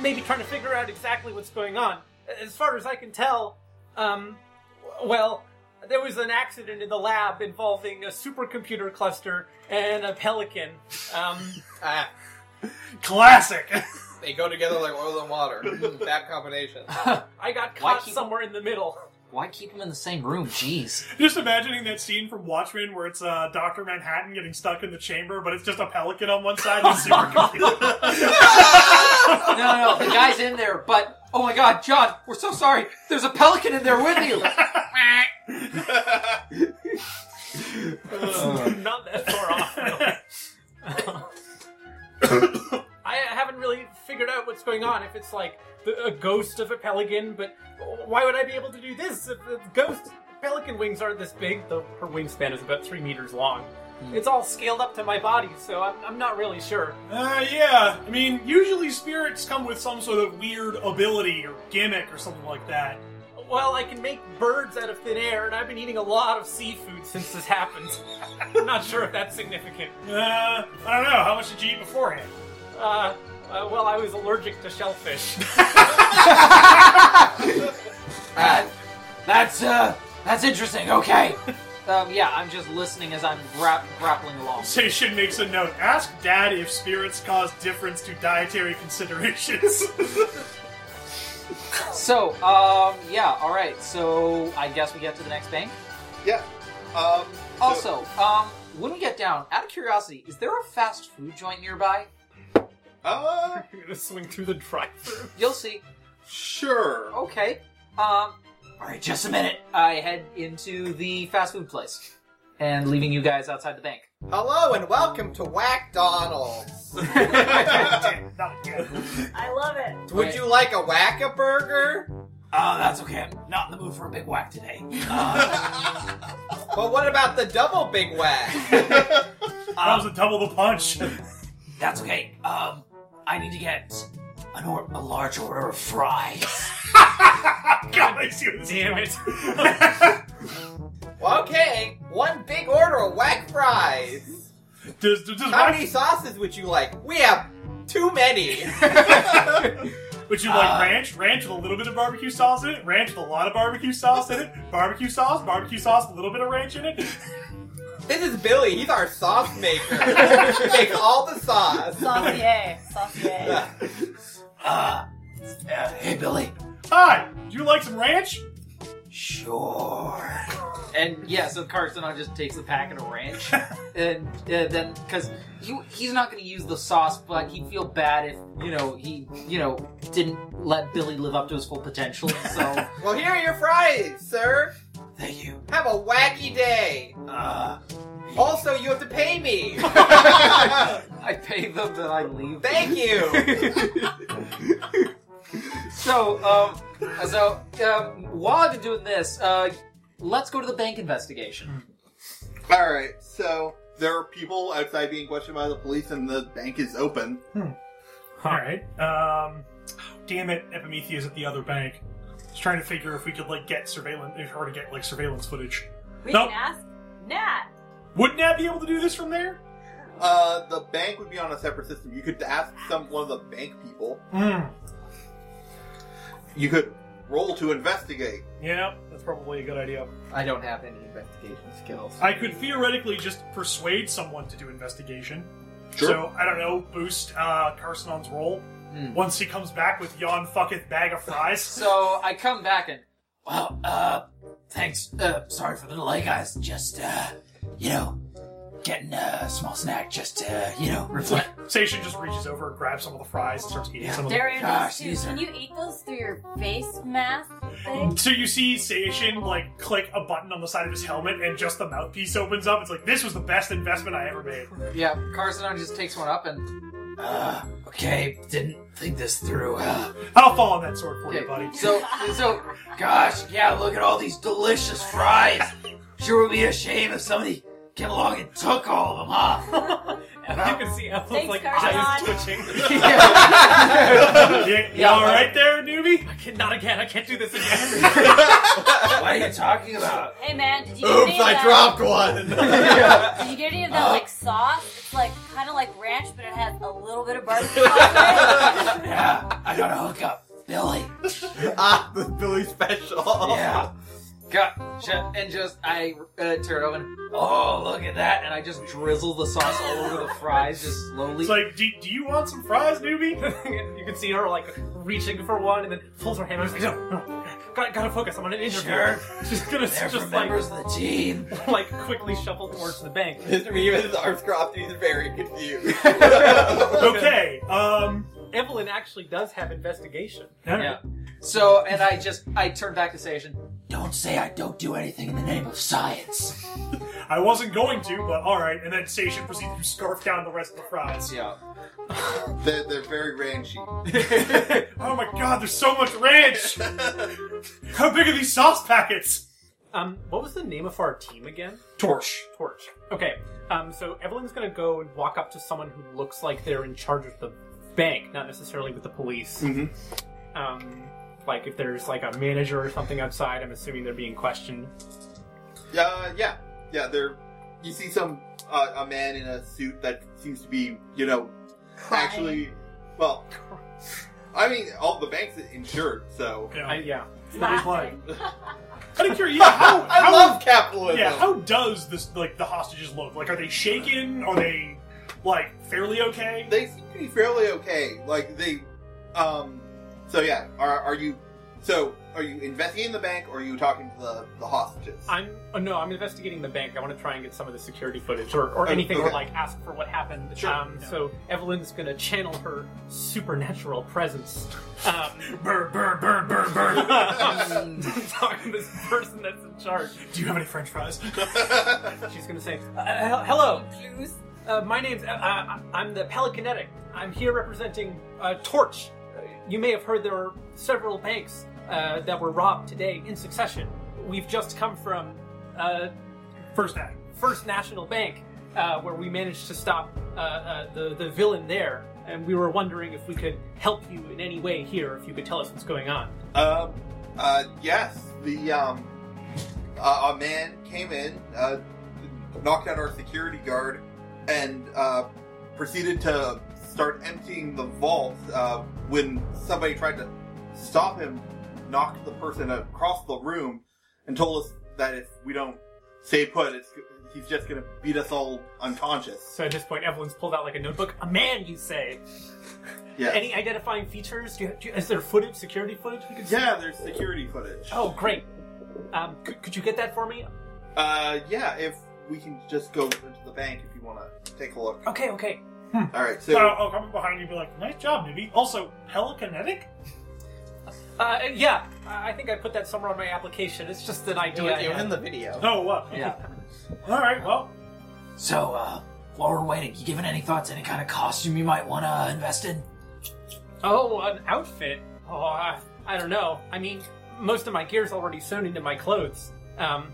Speaker 5: maybe trying to figure out exactly what's going on. As far as I can tell, um, w- well, there was an accident in the lab involving a supercomputer cluster and a pelican. Um,
Speaker 2: Ah,
Speaker 3: Classic.
Speaker 2: they go together like oil and water. Bad combination.
Speaker 5: I got
Speaker 7: Why
Speaker 5: caught
Speaker 7: keep-
Speaker 5: somewhere in the middle.
Speaker 7: Why keep him in the same room? Jeez.
Speaker 3: just imagining that scene from Watchmen where it's uh, Doctor Manhattan getting stuck in the chamber, but it's just a pelican on one side and a
Speaker 7: No,
Speaker 3: supercomputer.
Speaker 7: no, no. The guy's in there, but oh my God, John, we're so sorry. There's a pelican in there with you.
Speaker 5: Not that far off. really. I haven't really figured out what's going on. If it's like the, a ghost of a pelican, but why would I be able to do this? If the ghost pelican wings aren't this big, though her wingspan is about three meters long.
Speaker 7: Hmm.
Speaker 5: It's all scaled up to my body, so I'm, I'm not really sure.
Speaker 3: uh, yeah, I mean, usually spirits come with some sort of weird ability or gimmick or something like that.
Speaker 5: Well, I can make birds out of thin air, and I've been eating a lot of seafood since this happened. I'm not sure if that's significant.
Speaker 3: Uh, I don't know. How much did you eat beforehand?
Speaker 5: Uh, uh, well, I was allergic to shellfish.
Speaker 7: That- that's uh, that's interesting. Okay. Um, yeah, I'm just listening as I'm grap- grappling along.
Speaker 3: Station makes a note. Ask Dad if spirits cause difference to dietary considerations.
Speaker 7: So, um, yeah, all right. So I guess we get to the next bank.
Speaker 1: yeah. Um, so-
Speaker 7: Also, um, when we get down, out of curiosity, is there a fast food joint nearby?
Speaker 1: uh,
Speaker 5: I'm gonna swing through the drive-thru.
Speaker 7: You'll see.
Speaker 1: sure.
Speaker 7: Okay. Um,
Speaker 4: All right, just a minute.
Speaker 7: I head into the fast food place and leaving you guys outside the bank.
Speaker 2: Hello and welcome to Whack Donald's.
Speaker 3: Not again.
Speaker 6: I love it.
Speaker 2: Would you like a whack a burger?
Speaker 4: Oh, that's okay. I'm not in the mood for a big whack today. Uh,
Speaker 2: But what about the double big whack?
Speaker 3: That was a double the punch.
Speaker 4: that's okay. Um, I need to get an or- a large order of fries.
Speaker 3: God, I see what this is
Speaker 5: Damn
Speaker 3: like.
Speaker 5: it.
Speaker 2: Why Okay, one big order of whack fries.
Speaker 3: Does, does, does
Speaker 2: How
Speaker 3: Rocky-
Speaker 2: many sauces would you like? We have too many.
Speaker 3: Would you like
Speaker 2: Uh,
Speaker 3: ranch? Ranch with a little bit of barbecue sauce in it. Ranch with a lot of barbecue sauce in it. Barbecue sauce. Barbecue sauce. A little bit of ranch in it.
Speaker 2: this is Billy. He's our sauce maker. he makes all the sauce.
Speaker 6: Saucier. Saucier.
Speaker 4: Uh, uh, hey, Billy.
Speaker 3: Hi. Do you like some ranch?
Speaker 4: Sure.
Speaker 7: And yeah, so Carson just takes a packet of ranch, and uh, then because he he's not going to use the sauce, but he'd feel bad if you know he you know didn't let Billy live up to his full potential. So
Speaker 2: Well, here are your fries, sir.
Speaker 4: Thank you.
Speaker 2: Have a wacky day.
Speaker 4: Uh,
Speaker 2: Also, you have to pay me.
Speaker 7: I pay them, then I leave.
Speaker 2: Thank you.
Speaker 7: So um, so um, while I've been doing this, uh, let's go to the bank
Speaker 5: Hmm.
Speaker 7: investigation.
Speaker 1: All right, so there are people outside being questioned by the police, and the bank is open.
Speaker 3: All right. Um, damn it, Epimetheus at the other bank. Just trying to figure if we could like get surveillance, if or to get like surveillance footage.
Speaker 6: We
Speaker 3: Nope.
Speaker 6: can ask Nat.
Speaker 3: Wouldn't that be able to do this from there?
Speaker 1: Uh, the bank would be on a separate system. You could ask some one of the bank people.
Speaker 3: Mm.
Speaker 1: You could roll to investigate.
Speaker 3: Yeah, that's probably a good idea.
Speaker 2: I don't have any investigation skills.
Speaker 3: I could theoretically just persuade someone to do investigation. So I don't know, boost uh, Carson's roll
Speaker 7: Hmm.
Speaker 3: once he comes back with yon fucketh bag of fries.
Speaker 7: So I come back and
Speaker 4: Well, uh, thanks. Uh, sorry for the delay, guys. Just, uh, you know, getting a small snack just to, you know, reflect.
Speaker 3: Station just reaches over and grabs some of the fries and starts eating some of them.
Speaker 6: They're in
Speaker 4: Gosh,
Speaker 6: those too.
Speaker 4: these are-
Speaker 6: Can you eat those through your face mask thing?
Speaker 3: So you see Seishin like click a button on the side of his helmet and just the mouthpiece opens up. It's like this was the best investment I ever made.
Speaker 7: yeah, Carson just takes one up and
Speaker 4: Uh, okay, didn't think this through. Uh,
Speaker 3: I'll fall on that sword for you, buddy.
Speaker 7: so so
Speaker 4: gosh, yeah, look at all these delicious fries. Sure would be a shame if somebody came along and took all of them, huh?
Speaker 5: And you can see Ethel's
Speaker 6: Thanks,
Speaker 5: like
Speaker 6: Carson.
Speaker 5: eyes twitching.
Speaker 3: you, you all right there, newbie?
Speaker 5: I can, not again. I can't do this again.
Speaker 4: What are you talking about?
Speaker 6: Hey man, did you get
Speaker 8: Oops,
Speaker 6: any of
Speaker 8: I
Speaker 6: that?
Speaker 8: dropped one.
Speaker 6: Did you get any of that like sauce? It's like kind of like ranch, but it has a little bit of barbecue sauce in it.
Speaker 4: Yeah, I got a hookup. Billy.
Speaker 8: ah, the Billy special.
Speaker 4: Yeah.
Speaker 7: got ju- and just I uh, turn it over and oh look at that and I just drizzle the sauce all over the fries just slowly.
Speaker 3: It's like, do, do you want some fries, newbie?
Speaker 5: you can see her like reaching for one and then pulls her hand. out. She's like, no, no, gotta, gotta focus. I'm on an interview.
Speaker 4: Sure.
Speaker 5: She's gonna
Speaker 4: They're for
Speaker 5: just like,
Speaker 4: members of the team.
Speaker 5: like quickly shuffle towards the bank.
Speaker 2: Mr. Meme and his arms crossed, he's very confused.
Speaker 3: okay. Um.
Speaker 5: Evelyn actually does have investigation.
Speaker 7: yeah. So and I just I turn back to Station.
Speaker 4: Don't say I don't do anything in the name of science.
Speaker 3: I wasn't going to, but all right. And then Station proceeds to scarf down the rest of the fries.
Speaker 7: Yeah.
Speaker 1: They're, they're very ranchy.
Speaker 3: Oh my god, there's so much ranch! How big are these sauce packets?
Speaker 5: Um, what was the name of our team again?
Speaker 3: Torch.
Speaker 5: Torch. Okay. Um, so Evelyn's gonna go and walk up to someone who looks like they're in charge of the bank, not necessarily with the police.
Speaker 1: Mhm.
Speaker 5: Um, like if there's like a manager or something outside, I'm assuming they're being questioned.
Speaker 1: Uh, yeah, yeah. They're you see some uh, a man in a suit that seems to be you know actually well. I mean, all the banks are insured, so
Speaker 5: I,
Speaker 3: Yeah.
Speaker 5: yeah.
Speaker 3: Nobody's lying.
Speaker 6: Laughing.
Speaker 3: Out of curiosity, how,
Speaker 8: I
Speaker 3: how-
Speaker 8: love capitalism.
Speaker 3: Yeah, how does this like the hostages look? Like, are they shaken? Are they like fairly okay?
Speaker 1: they seem to be fairly okay. Like they, um. So yeah, are are you? So are you investigating the bank, or are you talking to the the hostages?
Speaker 5: I'm oh, no, I'm investigating the bank. I want to try and get some of the security footage or, or
Speaker 1: Oh,
Speaker 5: anything or
Speaker 1: okay.
Speaker 5: like ask for what happened.
Speaker 1: Sure.
Speaker 5: Um, So Evelyn's gonna channel her supernatural presence. Um,
Speaker 3: Burr, burr, burr, burr, burr.
Speaker 5: um, talking to this person that's in charge.
Speaker 3: Do you have any French fries?
Speaker 5: She's gonna say, uh, hel- "Hello, uh, my name's uh, uh, I'm the Pelicanetic. I'm here representing uh, Torch. Uh, you may have heard there were several banks uh, that were robbed today in succession. We've just come from uh,
Speaker 3: First act.
Speaker 5: First National Bank, uh, where we managed to stop uh, uh, the the villain there, and we were wondering if we could help you in any way here, if you could tell us what's going on.
Speaker 1: Um, uh, yes, the, um, uh, a man came in, uh, knocked out our security guard, and uh, proceeded to start emptying the vault. Uh, when somebody tried to stop him, knocked the person across the room, and told us that if we don't stay put, it's, he's just going to beat us all unconscious.
Speaker 5: So at this point, Evelyn's pulled out like a notebook. A man, you say?
Speaker 1: Yeah.
Speaker 5: Any identifying features? Do you, do you- is there footage, security footage we can see?
Speaker 1: yeah, there's security footage.
Speaker 5: Oh, great. Um, could, could you get that for me?
Speaker 1: Uh, yeah, if we can just go into the bank if you want to take a look.
Speaker 5: Okay, okay.
Speaker 1: All right, so
Speaker 3: So I'll, I'll come up behind you and be like, nice job, Nibby. Also, helikinetic?
Speaker 5: Uh, yeah, I I think I put that somewhere on my application. It's just an
Speaker 2: It
Speaker 5: idea.
Speaker 2: was,
Speaker 5: I
Speaker 2: it was
Speaker 5: had.
Speaker 2: in the video.
Speaker 3: Oh, wow.
Speaker 4: Yeah.
Speaker 3: All right, well,
Speaker 4: So, uh, while we're waiting, you giving any thoughts, any kind of costume you might want to invest in?
Speaker 5: Oh, an outfit. Oh, I, I don't know. I mean, most of my gear's already sewn into my clothes. Um,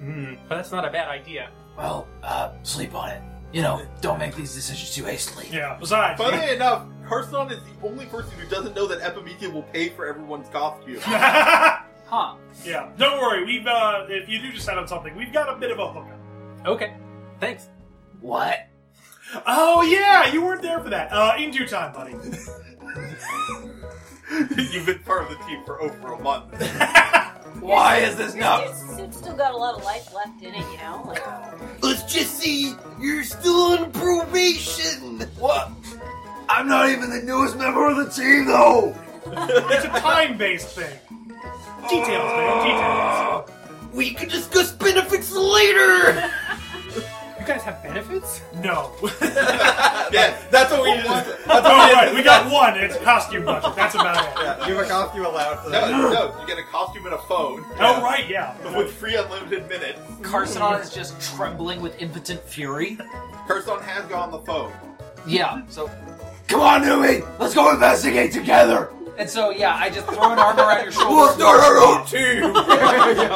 Speaker 5: hmm, but that's not a bad idea.
Speaker 4: Well, uh, sleep on it. You know, don't make these decisions too hastily.
Speaker 3: yeah. Besides,
Speaker 1: Funnily enough, Carson is the only person who doesn't know that Epimetheus will pay for everyone's costume.
Speaker 3: yeah.
Speaker 7: Huh.
Speaker 3: Don't worry. We've uh, if you do decide on something, we've got a bit of a hookup.
Speaker 5: Okay, thanks.
Speaker 4: What?
Speaker 3: Oh yeah, you weren't there for that. Uh, in due time, buddy.
Speaker 1: You've been part of the team for over a month.
Speaker 8: Why is this
Speaker 6: Your suit's still got a lot of life left in it, you know. Like,
Speaker 8: Let's just see. You're still on probation. What? I'm not even the newest member of the team, though.
Speaker 3: it's a time-based thing. Details, man. Details.
Speaker 8: We can discuss benefits later.
Speaker 5: You guys have benefits?
Speaker 3: No.
Speaker 1: yes, that's what we did.
Speaker 3: oh, right. We got one. and It's costume budget. That's about it.
Speaker 2: You have a costume allowed for that.
Speaker 1: No, no, you get a costume and a phone.
Speaker 3: Oh right, yeah.
Speaker 1: With free unlimited minutes.
Speaker 7: Carsonon is just trembling with impotent fury.
Speaker 1: Carson has gone the phone.
Speaker 7: Yeah. So
Speaker 8: Come on, Nui. Let's go investigate together.
Speaker 7: and so yeah, I just throw an arm around your
Speaker 8: We'll
Speaker 7: shoulder.
Speaker 8: start our own team.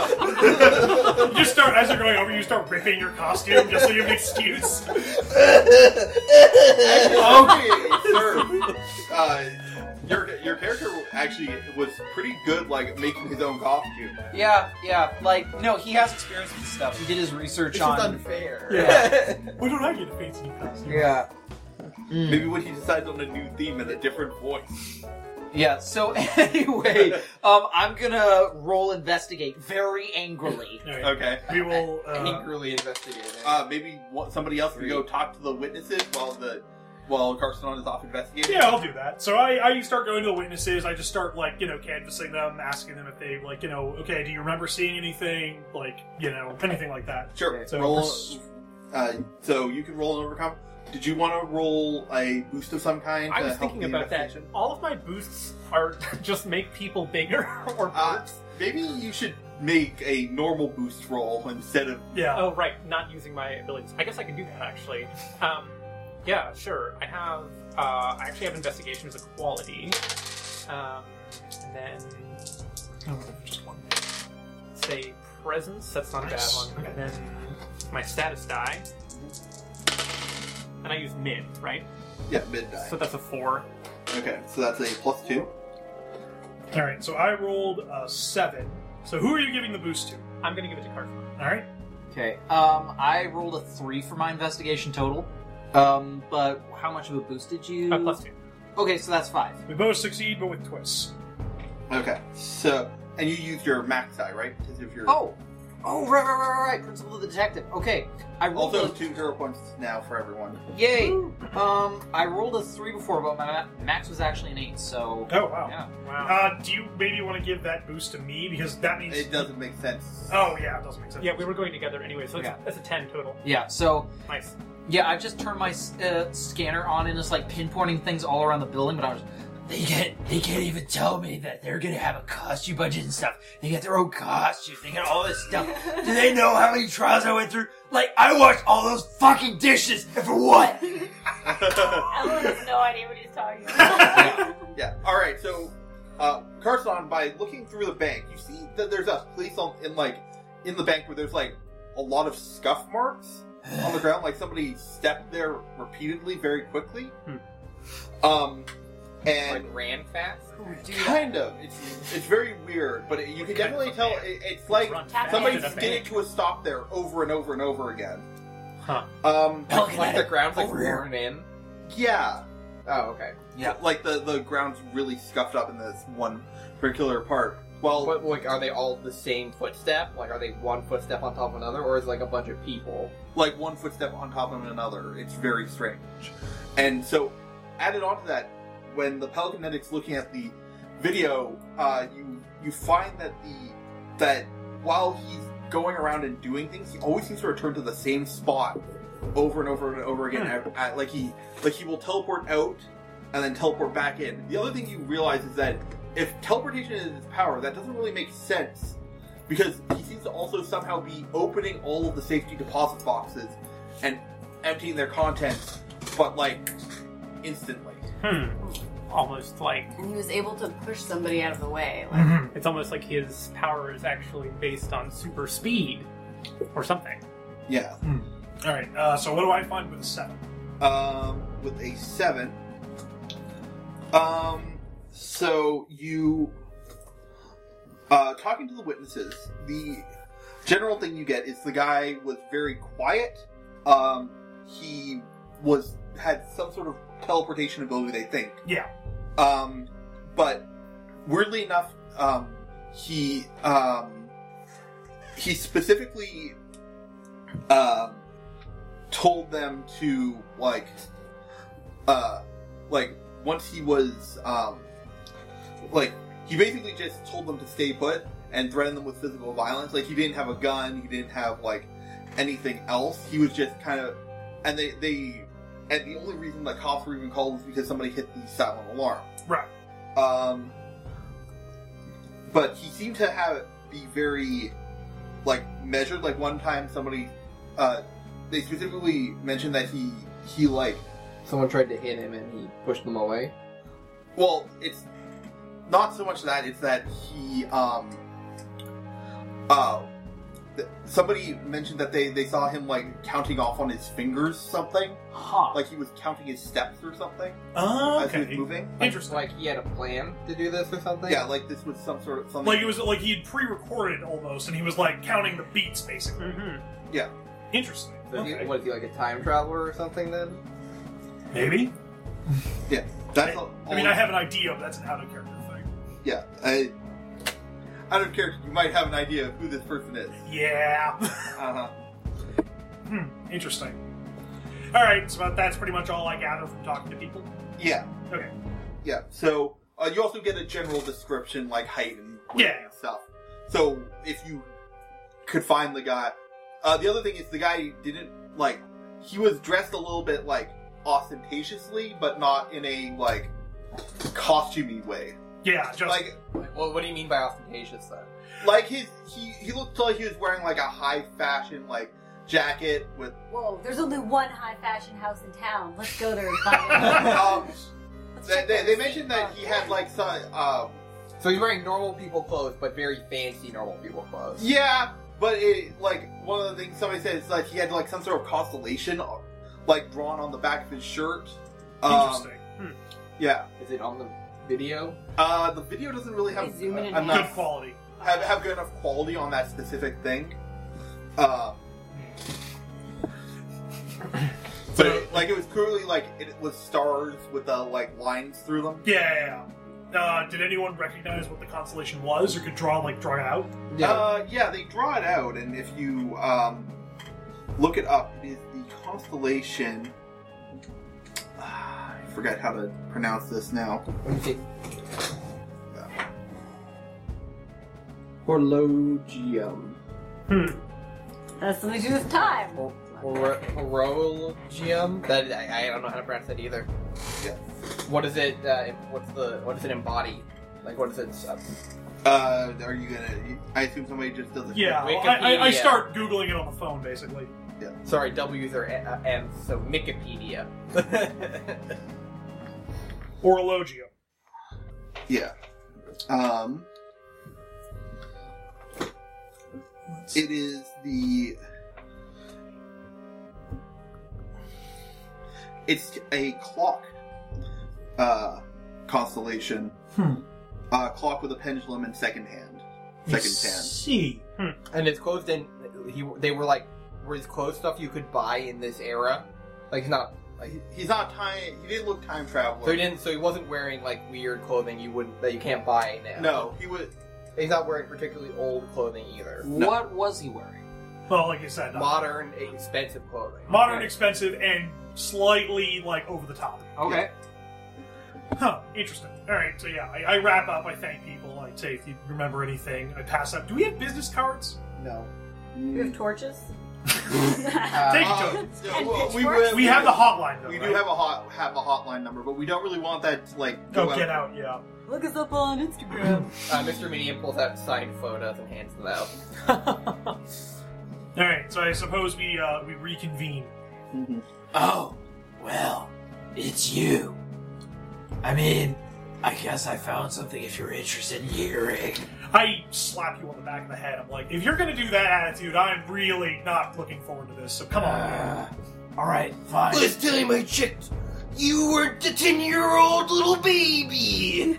Speaker 3: You just start as you're going over. You start ripping your costume just so you have an excuse.
Speaker 1: Okay, sir. Uh, your, your character actually was pretty good, like, making his own costume.
Speaker 7: Yeah, yeah. Like no, he has experience with stuff. He did his research
Speaker 2: It's
Speaker 7: on.
Speaker 2: just unfair.
Speaker 3: Yeah. We don't have you to fancy new costume.
Speaker 2: yeah.
Speaker 7: Hmm.
Speaker 1: Maybe when he decides on a new theme and a different voice.
Speaker 7: Yeah. So anyway, um, I'm gonna roll investigate very angrily.
Speaker 3: All right.
Speaker 1: Okay.
Speaker 3: We will. Uh,
Speaker 2: Angrily investigating.
Speaker 1: Uh, maybe one, somebody else can go talk to the witnesses while the while Carson is off investigating.
Speaker 3: yeah, I'll do that. So I, I start going to the witnesses. I just start like you know canvassing them, asking them if they like you know okay, do you remember seeing anything like you know anything like that.
Speaker 1: Sure.
Speaker 3: So-
Speaker 1: roll. Uh, so you can roll an overcome. Did you want to roll a boost of some kind?
Speaker 5: I
Speaker 1: to
Speaker 5: was
Speaker 1: help
Speaker 5: thinking
Speaker 1: the
Speaker 5: about that.
Speaker 1: investigation?
Speaker 5: All of my boosts are just make people bigger or
Speaker 1: Uh,
Speaker 5: worse.
Speaker 1: maybe you should make a normal boost roll instead of.
Speaker 3: Yeah.
Speaker 5: Oh, right, not using my abilities. I guess I can do that actually. Um, yeah, sure. I have. Uh, I actually have investigation as a quality. Um, and then
Speaker 3: Oh, just one.
Speaker 5: say presence. That's not a bad one. And then my status die. And I use mid, right?
Speaker 1: Yeah, mid die.
Speaker 5: So that's a four.
Speaker 1: Okay, so that's a plus two.
Speaker 3: All right. So I rolled a seven. So who are you giving the boost to?
Speaker 5: I'm gonna give it to Carson.
Speaker 3: All right.
Speaker 7: Okay. Um, I rolled a three for my investigation total. Um, but how much of a boost did you?
Speaker 5: Uh, plus two.
Speaker 7: Okay, so that's five.
Speaker 3: We both succeed, but with twists.
Speaker 1: Okay, so and you use your max die, right? Because if you're
Speaker 7: Oh, oh, right, right, right, right, right. Principal of the detective. Okay, I rolled
Speaker 1: also
Speaker 7: a
Speaker 1: two zero points now for everyone.
Speaker 7: yay. Um, I rolled a three before, but my ma- max was actually an eight. So
Speaker 3: Oh wow.
Speaker 7: yeah,
Speaker 5: Wow.
Speaker 3: Uh, do you maybe want to give that boost to me because that means?
Speaker 1: It doesn't make sense.
Speaker 3: Oh yeah, it doesn't make sense.
Speaker 5: yeah, we were going together anyway, so it's,
Speaker 7: Yeah.
Speaker 5: that's a ten total.
Speaker 7: yeah. So
Speaker 5: Nice.
Speaker 7: yeah, I've just turned my s- uh, scanner on and it's like pinpointing things all around the building. But I was
Speaker 4: They can't, they can't even tell me that they're gonna have a costume budget and stuff. They got their own costumes, they got all this stuff.
Speaker 8: Do they know how many trials I went through? Like, I washed all those fucking dishes, and for what?
Speaker 3: Oh.
Speaker 6: Ellen has no idea what he's talking about.
Speaker 1: Yeah. All right. So, uh, Carson, by looking through the bank, you see that there's a place on in like in the bank where there's like a lot of scuff marks on the
Speaker 5: Hmm.
Speaker 1: ground, like somebody stepped there repeatedly, very quickly. Um, and
Speaker 2: Like ran fast.
Speaker 1: kind of it's it's very weird, but it, you can
Speaker 5: Kind of
Speaker 1: definitely
Speaker 5: a
Speaker 1: tell
Speaker 5: man.
Speaker 1: it, it's like
Speaker 5: Run
Speaker 6: Tap
Speaker 1: somebody
Speaker 5: fast
Speaker 6: Into
Speaker 1: did
Speaker 6: the
Speaker 1: it to a stop there over and over and over again.
Speaker 5: Huh.
Speaker 1: Um.
Speaker 4: Pelican
Speaker 2: Like the
Speaker 4: head.
Speaker 2: ground's like
Speaker 7: Oh,
Speaker 4: Over here.
Speaker 2: worn in.
Speaker 1: Yeah.
Speaker 2: Oh, okay.
Speaker 4: Yeah.
Speaker 1: Like the the ground's really scuffed up in this one particular part. Well,
Speaker 2: But like, are they all the same footstep? Like, are they one footstep on top of another, or is it like a bunch of people?
Speaker 1: like one footstep on top of another. It's very strange. And so, added on to that, when the Pelicanetics looking at the video, uh, you you find that the that while he's going around and doing things, he always seems to return to the same spot over and over and over again. At, at- like he like he will teleport out and then teleport back in. The other thing you realize is that if teleportation is his power, that doesn't really make sense because he seems to also somehow be opening all of the safety deposit boxes and emptying their contents, but like instantly.
Speaker 5: Hmm. Almost like
Speaker 6: And he was able to push somebody out of the way. Like,
Speaker 3: Mhm.
Speaker 4: Mm-hmm.
Speaker 5: it's almost like his power is actually based on super speed or something.
Speaker 1: Yeah.
Speaker 3: All right. Uh, so what do I find with a seven?
Speaker 1: Um, with a seven. Um, so you, uh, talking to the witnesses, the general thing you get is the guy was very quiet. Um, he was had some sort of teleportation ability, they think.
Speaker 3: Yeah.
Speaker 1: Um, but weirdly enough, um, he um, he specifically um, told them to like uh, like once he was um, like he basically just told them to stay put and threatened them with physical violence. Like he didn't have a gun, he didn't have like anything else. He was just kind of and they they and the only reason the cops were even called was because somebody hit the silent alarm.
Speaker 3: Right.
Speaker 1: Um, but he seemed to have it be very like measured. Like one time, somebody uh, they specifically mentioned that he he like
Speaker 2: Someone tried to hit him, and he pushed them away.
Speaker 1: well, it's not so much that it's that he um uh th- somebody mentioned that they they saw him like counting off on his fingers something
Speaker 4: Huh.
Speaker 1: like he was counting his steps or something
Speaker 3: Uh,
Speaker 1: as he was
Speaker 3: okay.
Speaker 1: moving.
Speaker 3: Interesting.
Speaker 2: Like he had a plan to do this or something.
Speaker 1: Yeah, like this was some sort of something.
Speaker 3: Like it was like he had pre-recorded almost, and he was like counting the beats basically.
Speaker 5: Mm-hmm.
Speaker 3: Interesting.
Speaker 2: So he,
Speaker 3: Okay.
Speaker 2: what is he like a time traveler or something then?
Speaker 3: Maybe.
Speaker 1: That's all,
Speaker 3: I mean, I have an idea, but that's an out of character thing.
Speaker 1: Yeah, I, out of character, you might have an idea of who this person is.
Speaker 3: Yeah.
Speaker 1: Uh-huh.
Speaker 3: Hmm, interesting. All right, so that's pretty much all I gather from talking to people.
Speaker 1: Yeah.
Speaker 3: Okay.
Speaker 1: Yeah. So uh, you also get a general description, like height and weight
Speaker 3: Yeah.
Speaker 1: and stuff. So if you could find the guy, uh, the other thing is the guy didn't like. He was dressed a little bit like ostentatiously, but not in a like costumey way.
Speaker 3: Yeah, just
Speaker 1: Like
Speaker 2: Like, well, what do you mean by ostentatious then?
Speaker 1: like his he he looked like he was wearing like a high fashion like jacket with
Speaker 6: whoa, there's only one high fashion house in town. Let's go there and find it.
Speaker 1: um
Speaker 6: Let's
Speaker 1: they,
Speaker 6: check
Speaker 1: they,
Speaker 6: out
Speaker 1: they
Speaker 6: the
Speaker 1: mentioned
Speaker 6: state
Speaker 1: that
Speaker 6: park.
Speaker 1: he had like some um
Speaker 2: So he's wearing normal people clothes, but very fancy normal people clothes.
Speaker 1: yeah but it like one of the things somebody said is like he had like some sort of constellation like drawn on the back of his shirt um
Speaker 3: interesting.
Speaker 1: yeah
Speaker 2: Is it on the video?
Speaker 1: uh the video doesn't really have
Speaker 6: They zoom in and
Speaker 1: enough
Speaker 3: Good quality.
Speaker 1: have, have good enough quality on that specific thing uh but it, like it was clearly like it was stars with the like lines through them
Speaker 3: Yeah, yeah, yeah. Uh, did anyone recognize what the constellation was, or could draw like draw it out?
Speaker 1: Uh, yeah, they draw it out, and if you um, look it up, it is the constellation. Ah, I forget how to pronounce this now.
Speaker 2: Let me see. Horlogium.
Speaker 6: That's something to do with time.
Speaker 2: Hor- hor- Horologium. That I, I don't know how to pronounce that either.
Speaker 1: Yeah.
Speaker 2: What is it? Uh, what's the? What does it embody? Like what is it? Uh,
Speaker 1: Uh, are you gonna? I assume somebody just does it.
Speaker 3: Yeah, well, I, I, I
Speaker 2: Wikipedia.
Speaker 3: start googling it on the phone basically.
Speaker 2: sorry, W's are a- uh, M's, so Wikipedia.
Speaker 3: Orologio.
Speaker 1: Yeah. Um. It is the. It's a clock. Uh, constellation. Uh, clock with a pendulum and second hand. Second hand.
Speaker 5: See.
Speaker 2: And his clothes didn't. He they were like were his clothes stuff you could buy in this era. Like he's not. Like,
Speaker 1: Uh, He's not time. He didn't look time traveler.
Speaker 2: so he didn't. So he wasn't wearing like weird clothing you wouldn't that you can't buy now.
Speaker 1: No, he was.
Speaker 2: he's not wearing particularly old clothing either.
Speaker 1: No.
Speaker 7: What was he wearing?
Speaker 3: Well, like you said, uh,
Speaker 2: Modern, expensive clothing.
Speaker 3: modern, expensive, and slightly like over the top.
Speaker 7: Okay.
Speaker 3: Huh. Interesting. All right. So yeah, I, I wrap up. I thank people. I say if you remember anything, I pass up. Do we have business cards?
Speaker 2: No.
Speaker 6: We have torches.
Speaker 3: Take
Speaker 1: Uh,
Speaker 3: it, Joe.
Speaker 1: yeah, well, we,
Speaker 6: Pitchforks?
Speaker 3: We have the hotline. Though,
Speaker 1: We
Speaker 3: right?
Speaker 1: do have a hot have a hotline number, but we don't really want that to, like
Speaker 3: Go Oh, get out. Yeah.
Speaker 6: Look us up on Instagram.
Speaker 2: Uh, Mr. Medium pulls out signed photos and hands them out.
Speaker 3: All right. So I suppose we uh, we reconvene.
Speaker 1: Mhm.
Speaker 4: Oh, well, it's you. I mean, I guess I found something if you're interested in hearing.
Speaker 3: I slap you on the back of the head. I'm like, if you're gonna do that attitude, I'm really not looking forward to this. So come on. man.
Speaker 4: Uh, all right, fine.
Speaker 8: Last time I checked, you weren't a ten-year-old little baby.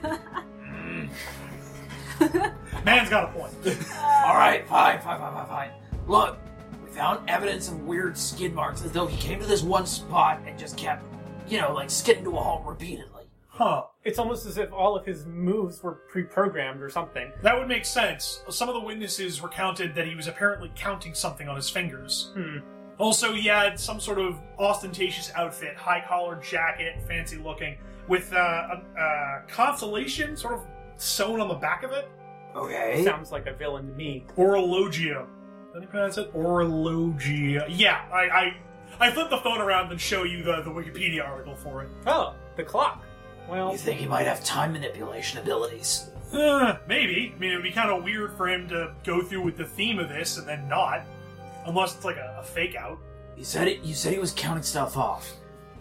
Speaker 3: Man's got a point.
Speaker 4: All right, fine, fine, fine, fine, fine. Look, we found evidence of weird skin marks, as though he came to this one spot and just kept, you know, like skidding to a halt repeatedly.
Speaker 3: Huh.
Speaker 5: It's almost as if all of his moves were pre-programmed or something.
Speaker 3: That would make sense. Some of the witnesses recounted that he was apparently counting something on his fingers.
Speaker 5: Hmm.
Speaker 3: Also, he had some sort of ostentatious outfit, high collar jacket, fancy looking, with uh, a, a constellation sort of sewn on the back of it.
Speaker 4: Okay.
Speaker 5: Sounds like a villain to me.
Speaker 3: Orologia. How do you pronounce it? Orologia. Yeah, I, I, I flip the phone around and show you the, the Wikipedia article for it.
Speaker 5: Oh, the clock. Well,
Speaker 4: You think he might have time manipulation abilities?
Speaker 3: Uh, maybe. I mean, it would be kind of weird for him to go through with the theme of this and then not. Unless it's like a, a fake out.
Speaker 4: You said it. You said he was counting stuff off.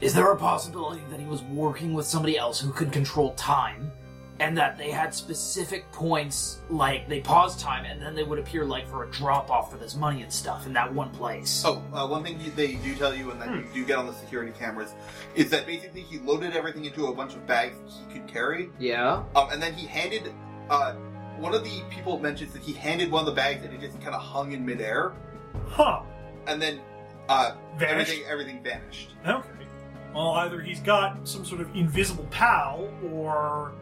Speaker 4: Is there a possibility that he was working with somebody else who could control time, and that they had specific points, like they paused time, and then they would appear like for a drop off for this money and stuff in that one place?
Speaker 1: Oh, uh, one thing you, they do tell you, and that
Speaker 3: Hmm.
Speaker 1: you do get on the security cameras, is that basically he loaded everything into a bunch of bags he could carry,
Speaker 7: Yeah.
Speaker 1: um, and then he handed. Uh, one of the people mentions that he handed one of the bags and it just kind of hung in midair,
Speaker 3: Huh.
Speaker 1: and then uh,
Speaker 3: Vanished.
Speaker 1: everything everything vanished.
Speaker 3: Okay. Well, either he's got some sort of invisible pal, or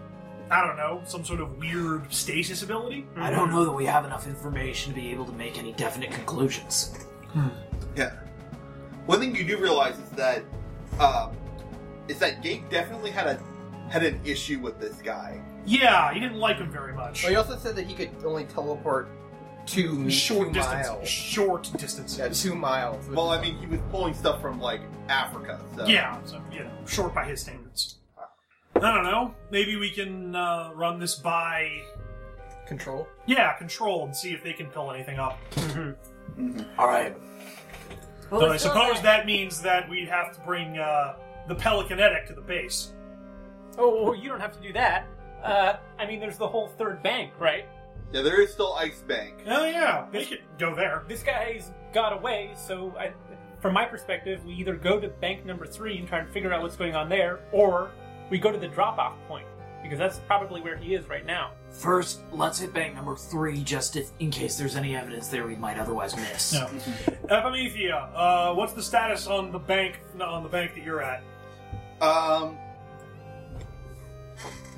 Speaker 3: I don't know, some sort of weird stasis ability.
Speaker 4: I don't know that we have enough information to be able to make any definite conclusions.
Speaker 1: One thing you do realize is that um, is that Gabe definitely had a had an issue with this guy.
Speaker 3: Yeah, he didn't like him very much.
Speaker 2: Well, he also said that he could only teleport two,
Speaker 3: Short
Speaker 2: two
Speaker 3: distance.
Speaker 2: miles.
Speaker 3: Short distances.
Speaker 2: Yeah, two miles. which
Speaker 1: Well,
Speaker 2: is-
Speaker 1: I mean, he was pulling stuff from like Africa. So.
Speaker 3: Yeah, so you know, short by his standards. I don't know. Maybe we can uh, run this by
Speaker 2: control.
Speaker 3: yeah control and see if they can pull anything up.
Speaker 4: All right.
Speaker 6: Well,
Speaker 3: so I
Speaker 6: let's go
Speaker 3: suppose
Speaker 6: there.
Speaker 3: that means that we'd have to bring uh, the pelicanetic to the base.
Speaker 5: oh, you don't have to do that. Uh, I mean, there's the whole third bank, right?
Speaker 1: Yeah, there is still Ice Bank.
Speaker 3: Oh yeah, they could go there.
Speaker 5: This guy's got away, so I, from my perspective, we either go to bank number three and try and figure out what's going on there, or we go to the drop-off point because that's probably where he is right now.
Speaker 4: First, let's hit bank number three, just if, in case there's any evidence there we might otherwise miss.
Speaker 3: No. Epimethea, uh, what's the status on the bank no, on the bank that you're at?
Speaker 1: Um,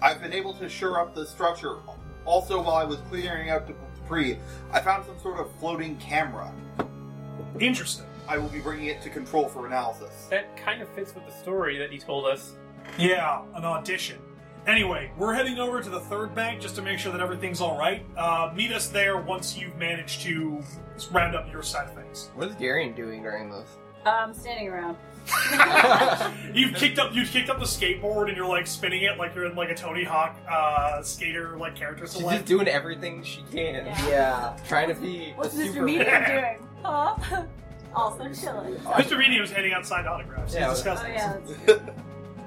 Speaker 1: I've been able to shore up the structure. Also, while I was clearing out the debris, I found some sort of floating camera.
Speaker 3: Interesting.
Speaker 1: I will be bringing it to control for analysis.
Speaker 5: That kind of fits with the story that he told us.
Speaker 3: Yeah, an audition. Anyway, we're heading over to the third bank just to make sure that everything's all right. Uh, meet us there once you've managed to round up your side of things.
Speaker 2: What is Darian doing during this?
Speaker 6: I'm standing around.
Speaker 3: You've kicked up, you've kicked up the skateboard, and you're like spinning it like you're in like a Tony Hawk uh, skater like character
Speaker 2: She's just
Speaker 3: select.
Speaker 2: doing everything she can.
Speaker 6: Yeah.
Speaker 2: Trying to be.
Speaker 6: What's
Speaker 2: the
Speaker 6: Mr.
Speaker 2: super-
Speaker 6: Medium doing? Huh? also chilling.
Speaker 3: Mr. Medium's handing out signed autographs.
Speaker 2: Yeah.
Speaker 3: He's
Speaker 6: Oh
Speaker 3: disgusting.
Speaker 6: yeah.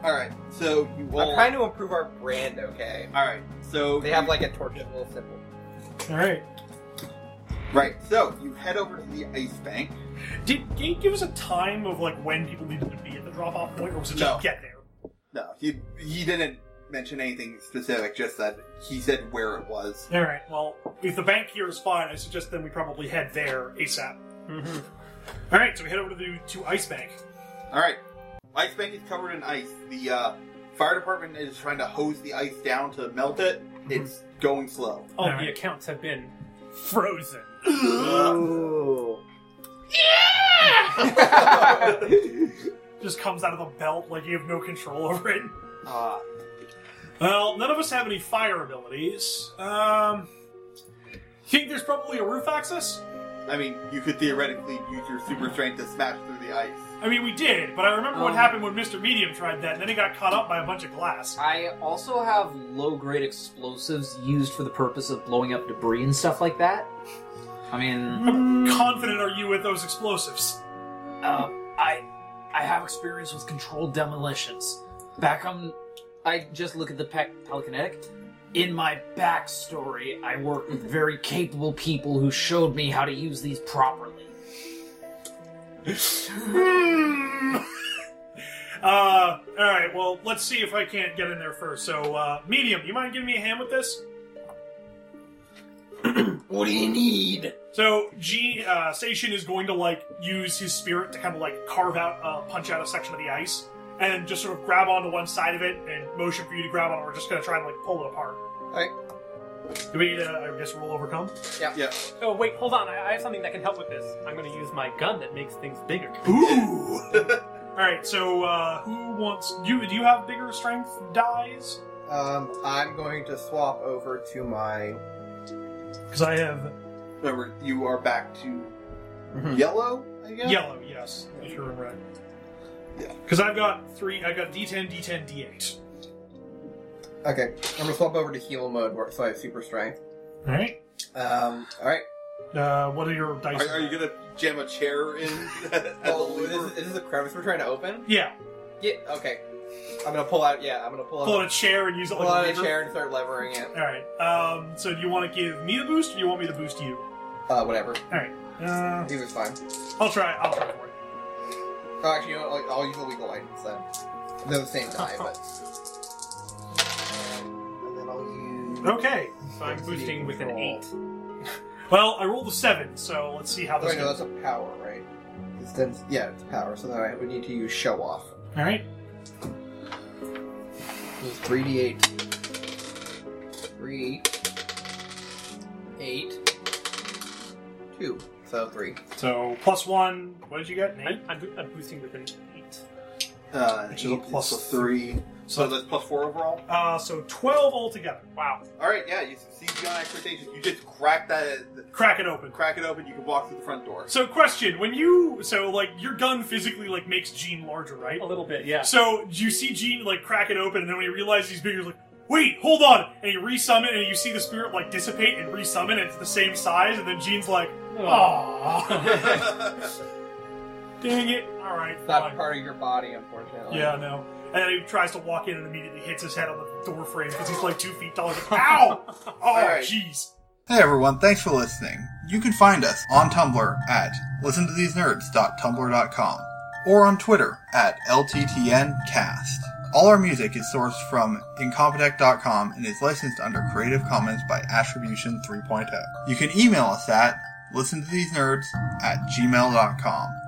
Speaker 1: All right, so you
Speaker 2: I'm
Speaker 1: all.
Speaker 2: trying to improve our brand, okay?
Speaker 1: All right, so
Speaker 2: They have like a torchable symbol.
Speaker 3: All right.
Speaker 1: right, so you head over to the Ice Bank.
Speaker 3: Did Gate give us a time of like when people needed to be at the drop off point, or was it just
Speaker 1: No.
Speaker 3: get there?
Speaker 1: No, he he didn't mention anything specific, just that he said where it was.
Speaker 3: All right. Well, if the bank here is fine, I suggest then we probably head there ASAP. Mm-hmm. All right. So we head over to the to Ice Bank.
Speaker 1: All right. Ice bank is covered in ice. The uh, fire department is trying to hose the ice down to melt it.
Speaker 2: Mm-hmm.
Speaker 1: It's going slow.
Speaker 5: All
Speaker 3: Alright.
Speaker 5: the accounts have been frozen.
Speaker 1: Uh,
Speaker 3: Just comes out of the belt like you have no control over it.
Speaker 2: Ah.
Speaker 3: Well, none of us have any fire abilities. Um, think there's probably a roof access.
Speaker 1: I mean, you could theoretically use your super strength to smash through the ice.
Speaker 3: I mean, we did, but I remember what
Speaker 7: Um.
Speaker 3: happened when Mr. Medium tried that, and then he got caught up by a bunch of glass.
Speaker 7: I also have low grade explosives used for the purpose of blowing up debris and stuff like that. I mean,
Speaker 3: How confident are you with those explosives?
Speaker 4: Uh, I I have experience with controlled demolitions. Back on,
Speaker 7: I just look at the pe- telekinetic.
Speaker 4: in my backstory, I worked with very capable people who showed me how to use these properly.
Speaker 3: Hmm. uh, all right. Well, let's see if I can't get in there first. So, uh, medium, you mind giving me a hand with this?
Speaker 8: What do you need?
Speaker 3: So, G uh, Station is going to like use his spirit to kind of like carve out, uh, punch out a section of the ice, and just sort of grab onto one side of it and motion for you to grab on. We're just going to try and like pull it apart.
Speaker 1: Alright.
Speaker 3: Do we need to, I guess, roll overcome?
Speaker 5: Oh wait, hold on. I, I have something that can help with this. I'm going to use my gun that makes things bigger.
Speaker 1: Ooh!
Speaker 3: All right. So, uh, who wants? You do you have bigger strength dies?
Speaker 2: Um, I'm going to swap over to my.
Speaker 3: Because I have
Speaker 1: Remember, you are back to yellow, I guess?
Speaker 3: Hmm. Yellow, yes. If you're in red.
Speaker 1: Yeah.
Speaker 3: Because I've got three. I got D10, D10, D8.
Speaker 2: Okay, I'm gonna swap over to heal mode, where, so I have super strength.
Speaker 3: All right.
Speaker 2: Um, all right.
Speaker 3: Uh, what are your dice?
Speaker 1: Are, are you gonna jam a chair in? as a
Speaker 2: Oh, is
Speaker 1: lever?
Speaker 2: this, is this a crevice we're trying to open?
Speaker 3: Yeah.
Speaker 2: Yeah. Okay. I'm gonna pull out. Yeah, I'm gonna pull out.
Speaker 3: Pull out a chair and use it
Speaker 2: pull
Speaker 3: like
Speaker 2: out
Speaker 3: a
Speaker 2: a
Speaker 3: lever.
Speaker 2: chair and start levering it.
Speaker 3: All right. Um, so do you want to give me the boost, or do you want me to boost you?
Speaker 2: Uh, whatever.
Speaker 3: Uh,
Speaker 2: Either's fine.
Speaker 3: I'll try. I'll try for it.
Speaker 2: Oh, actually, you know, what, I'll, I'll use the legal items then. They're the same die, but. And then I'll use.
Speaker 3: Okay.
Speaker 5: So I'm boosting with an eight.
Speaker 3: Well, I rolled a seven, so let's see how
Speaker 2: Oh,
Speaker 3: this
Speaker 2: wait, no,
Speaker 3: goes.
Speaker 2: that's a power, right? It's then, yeah, it's power. So then I would need to use show off.
Speaker 3: All right.
Speaker 2: It was 3d8. 3. 8. 2. So 3.
Speaker 3: So plus one. What did you get? An eight.
Speaker 5: I'm, I'm, bo- I'm boosting with an eight.
Speaker 1: Uh,
Speaker 3: Which is a
Speaker 1: eight,
Speaker 3: plus
Speaker 1: it's a three. So
Speaker 3: So
Speaker 1: that's plus four overall.
Speaker 3: uh, so twelve altogether. Wow.
Speaker 1: All right, yeah, you succeed beyond expectations. You just crack that,
Speaker 3: Crack it open.
Speaker 1: crack it open. You can walk through the front door.
Speaker 3: So question: When you so like your gun physically like makes Gene larger, right?
Speaker 5: A little bit, yeah.
Speaker 3: So you see Gene like crack it open, and then when he realizes he's bigger, he's like, "Wait, hold on!" And he resummon, and you see the spirit like dissipate and resummon. And it's the same size, and then Gene's like, "Aww, dang it! All right,
Speaker 2: It's not
Speaker 3: fine.
Speaker 2: part of your body, unfortunately.
Speaker 3: yeah, no." And then he tries to walk in and immediately hits his head on the door frame because he's like two feet tall. He's like, "Ow! Oh,
Speaker 1: right.
Speaker 3: jeez."
Speaker 9: Hey everyone, thanks for listening. You can find us on Tumblr at listentothesenerds.tumblr.com or on Twitter at LTTNcast. All our music is sourced from incompetech.com and is licensed under Creative Commons by oh. Attribution 3.0. You can email us at listentothesenerds at gmail.com.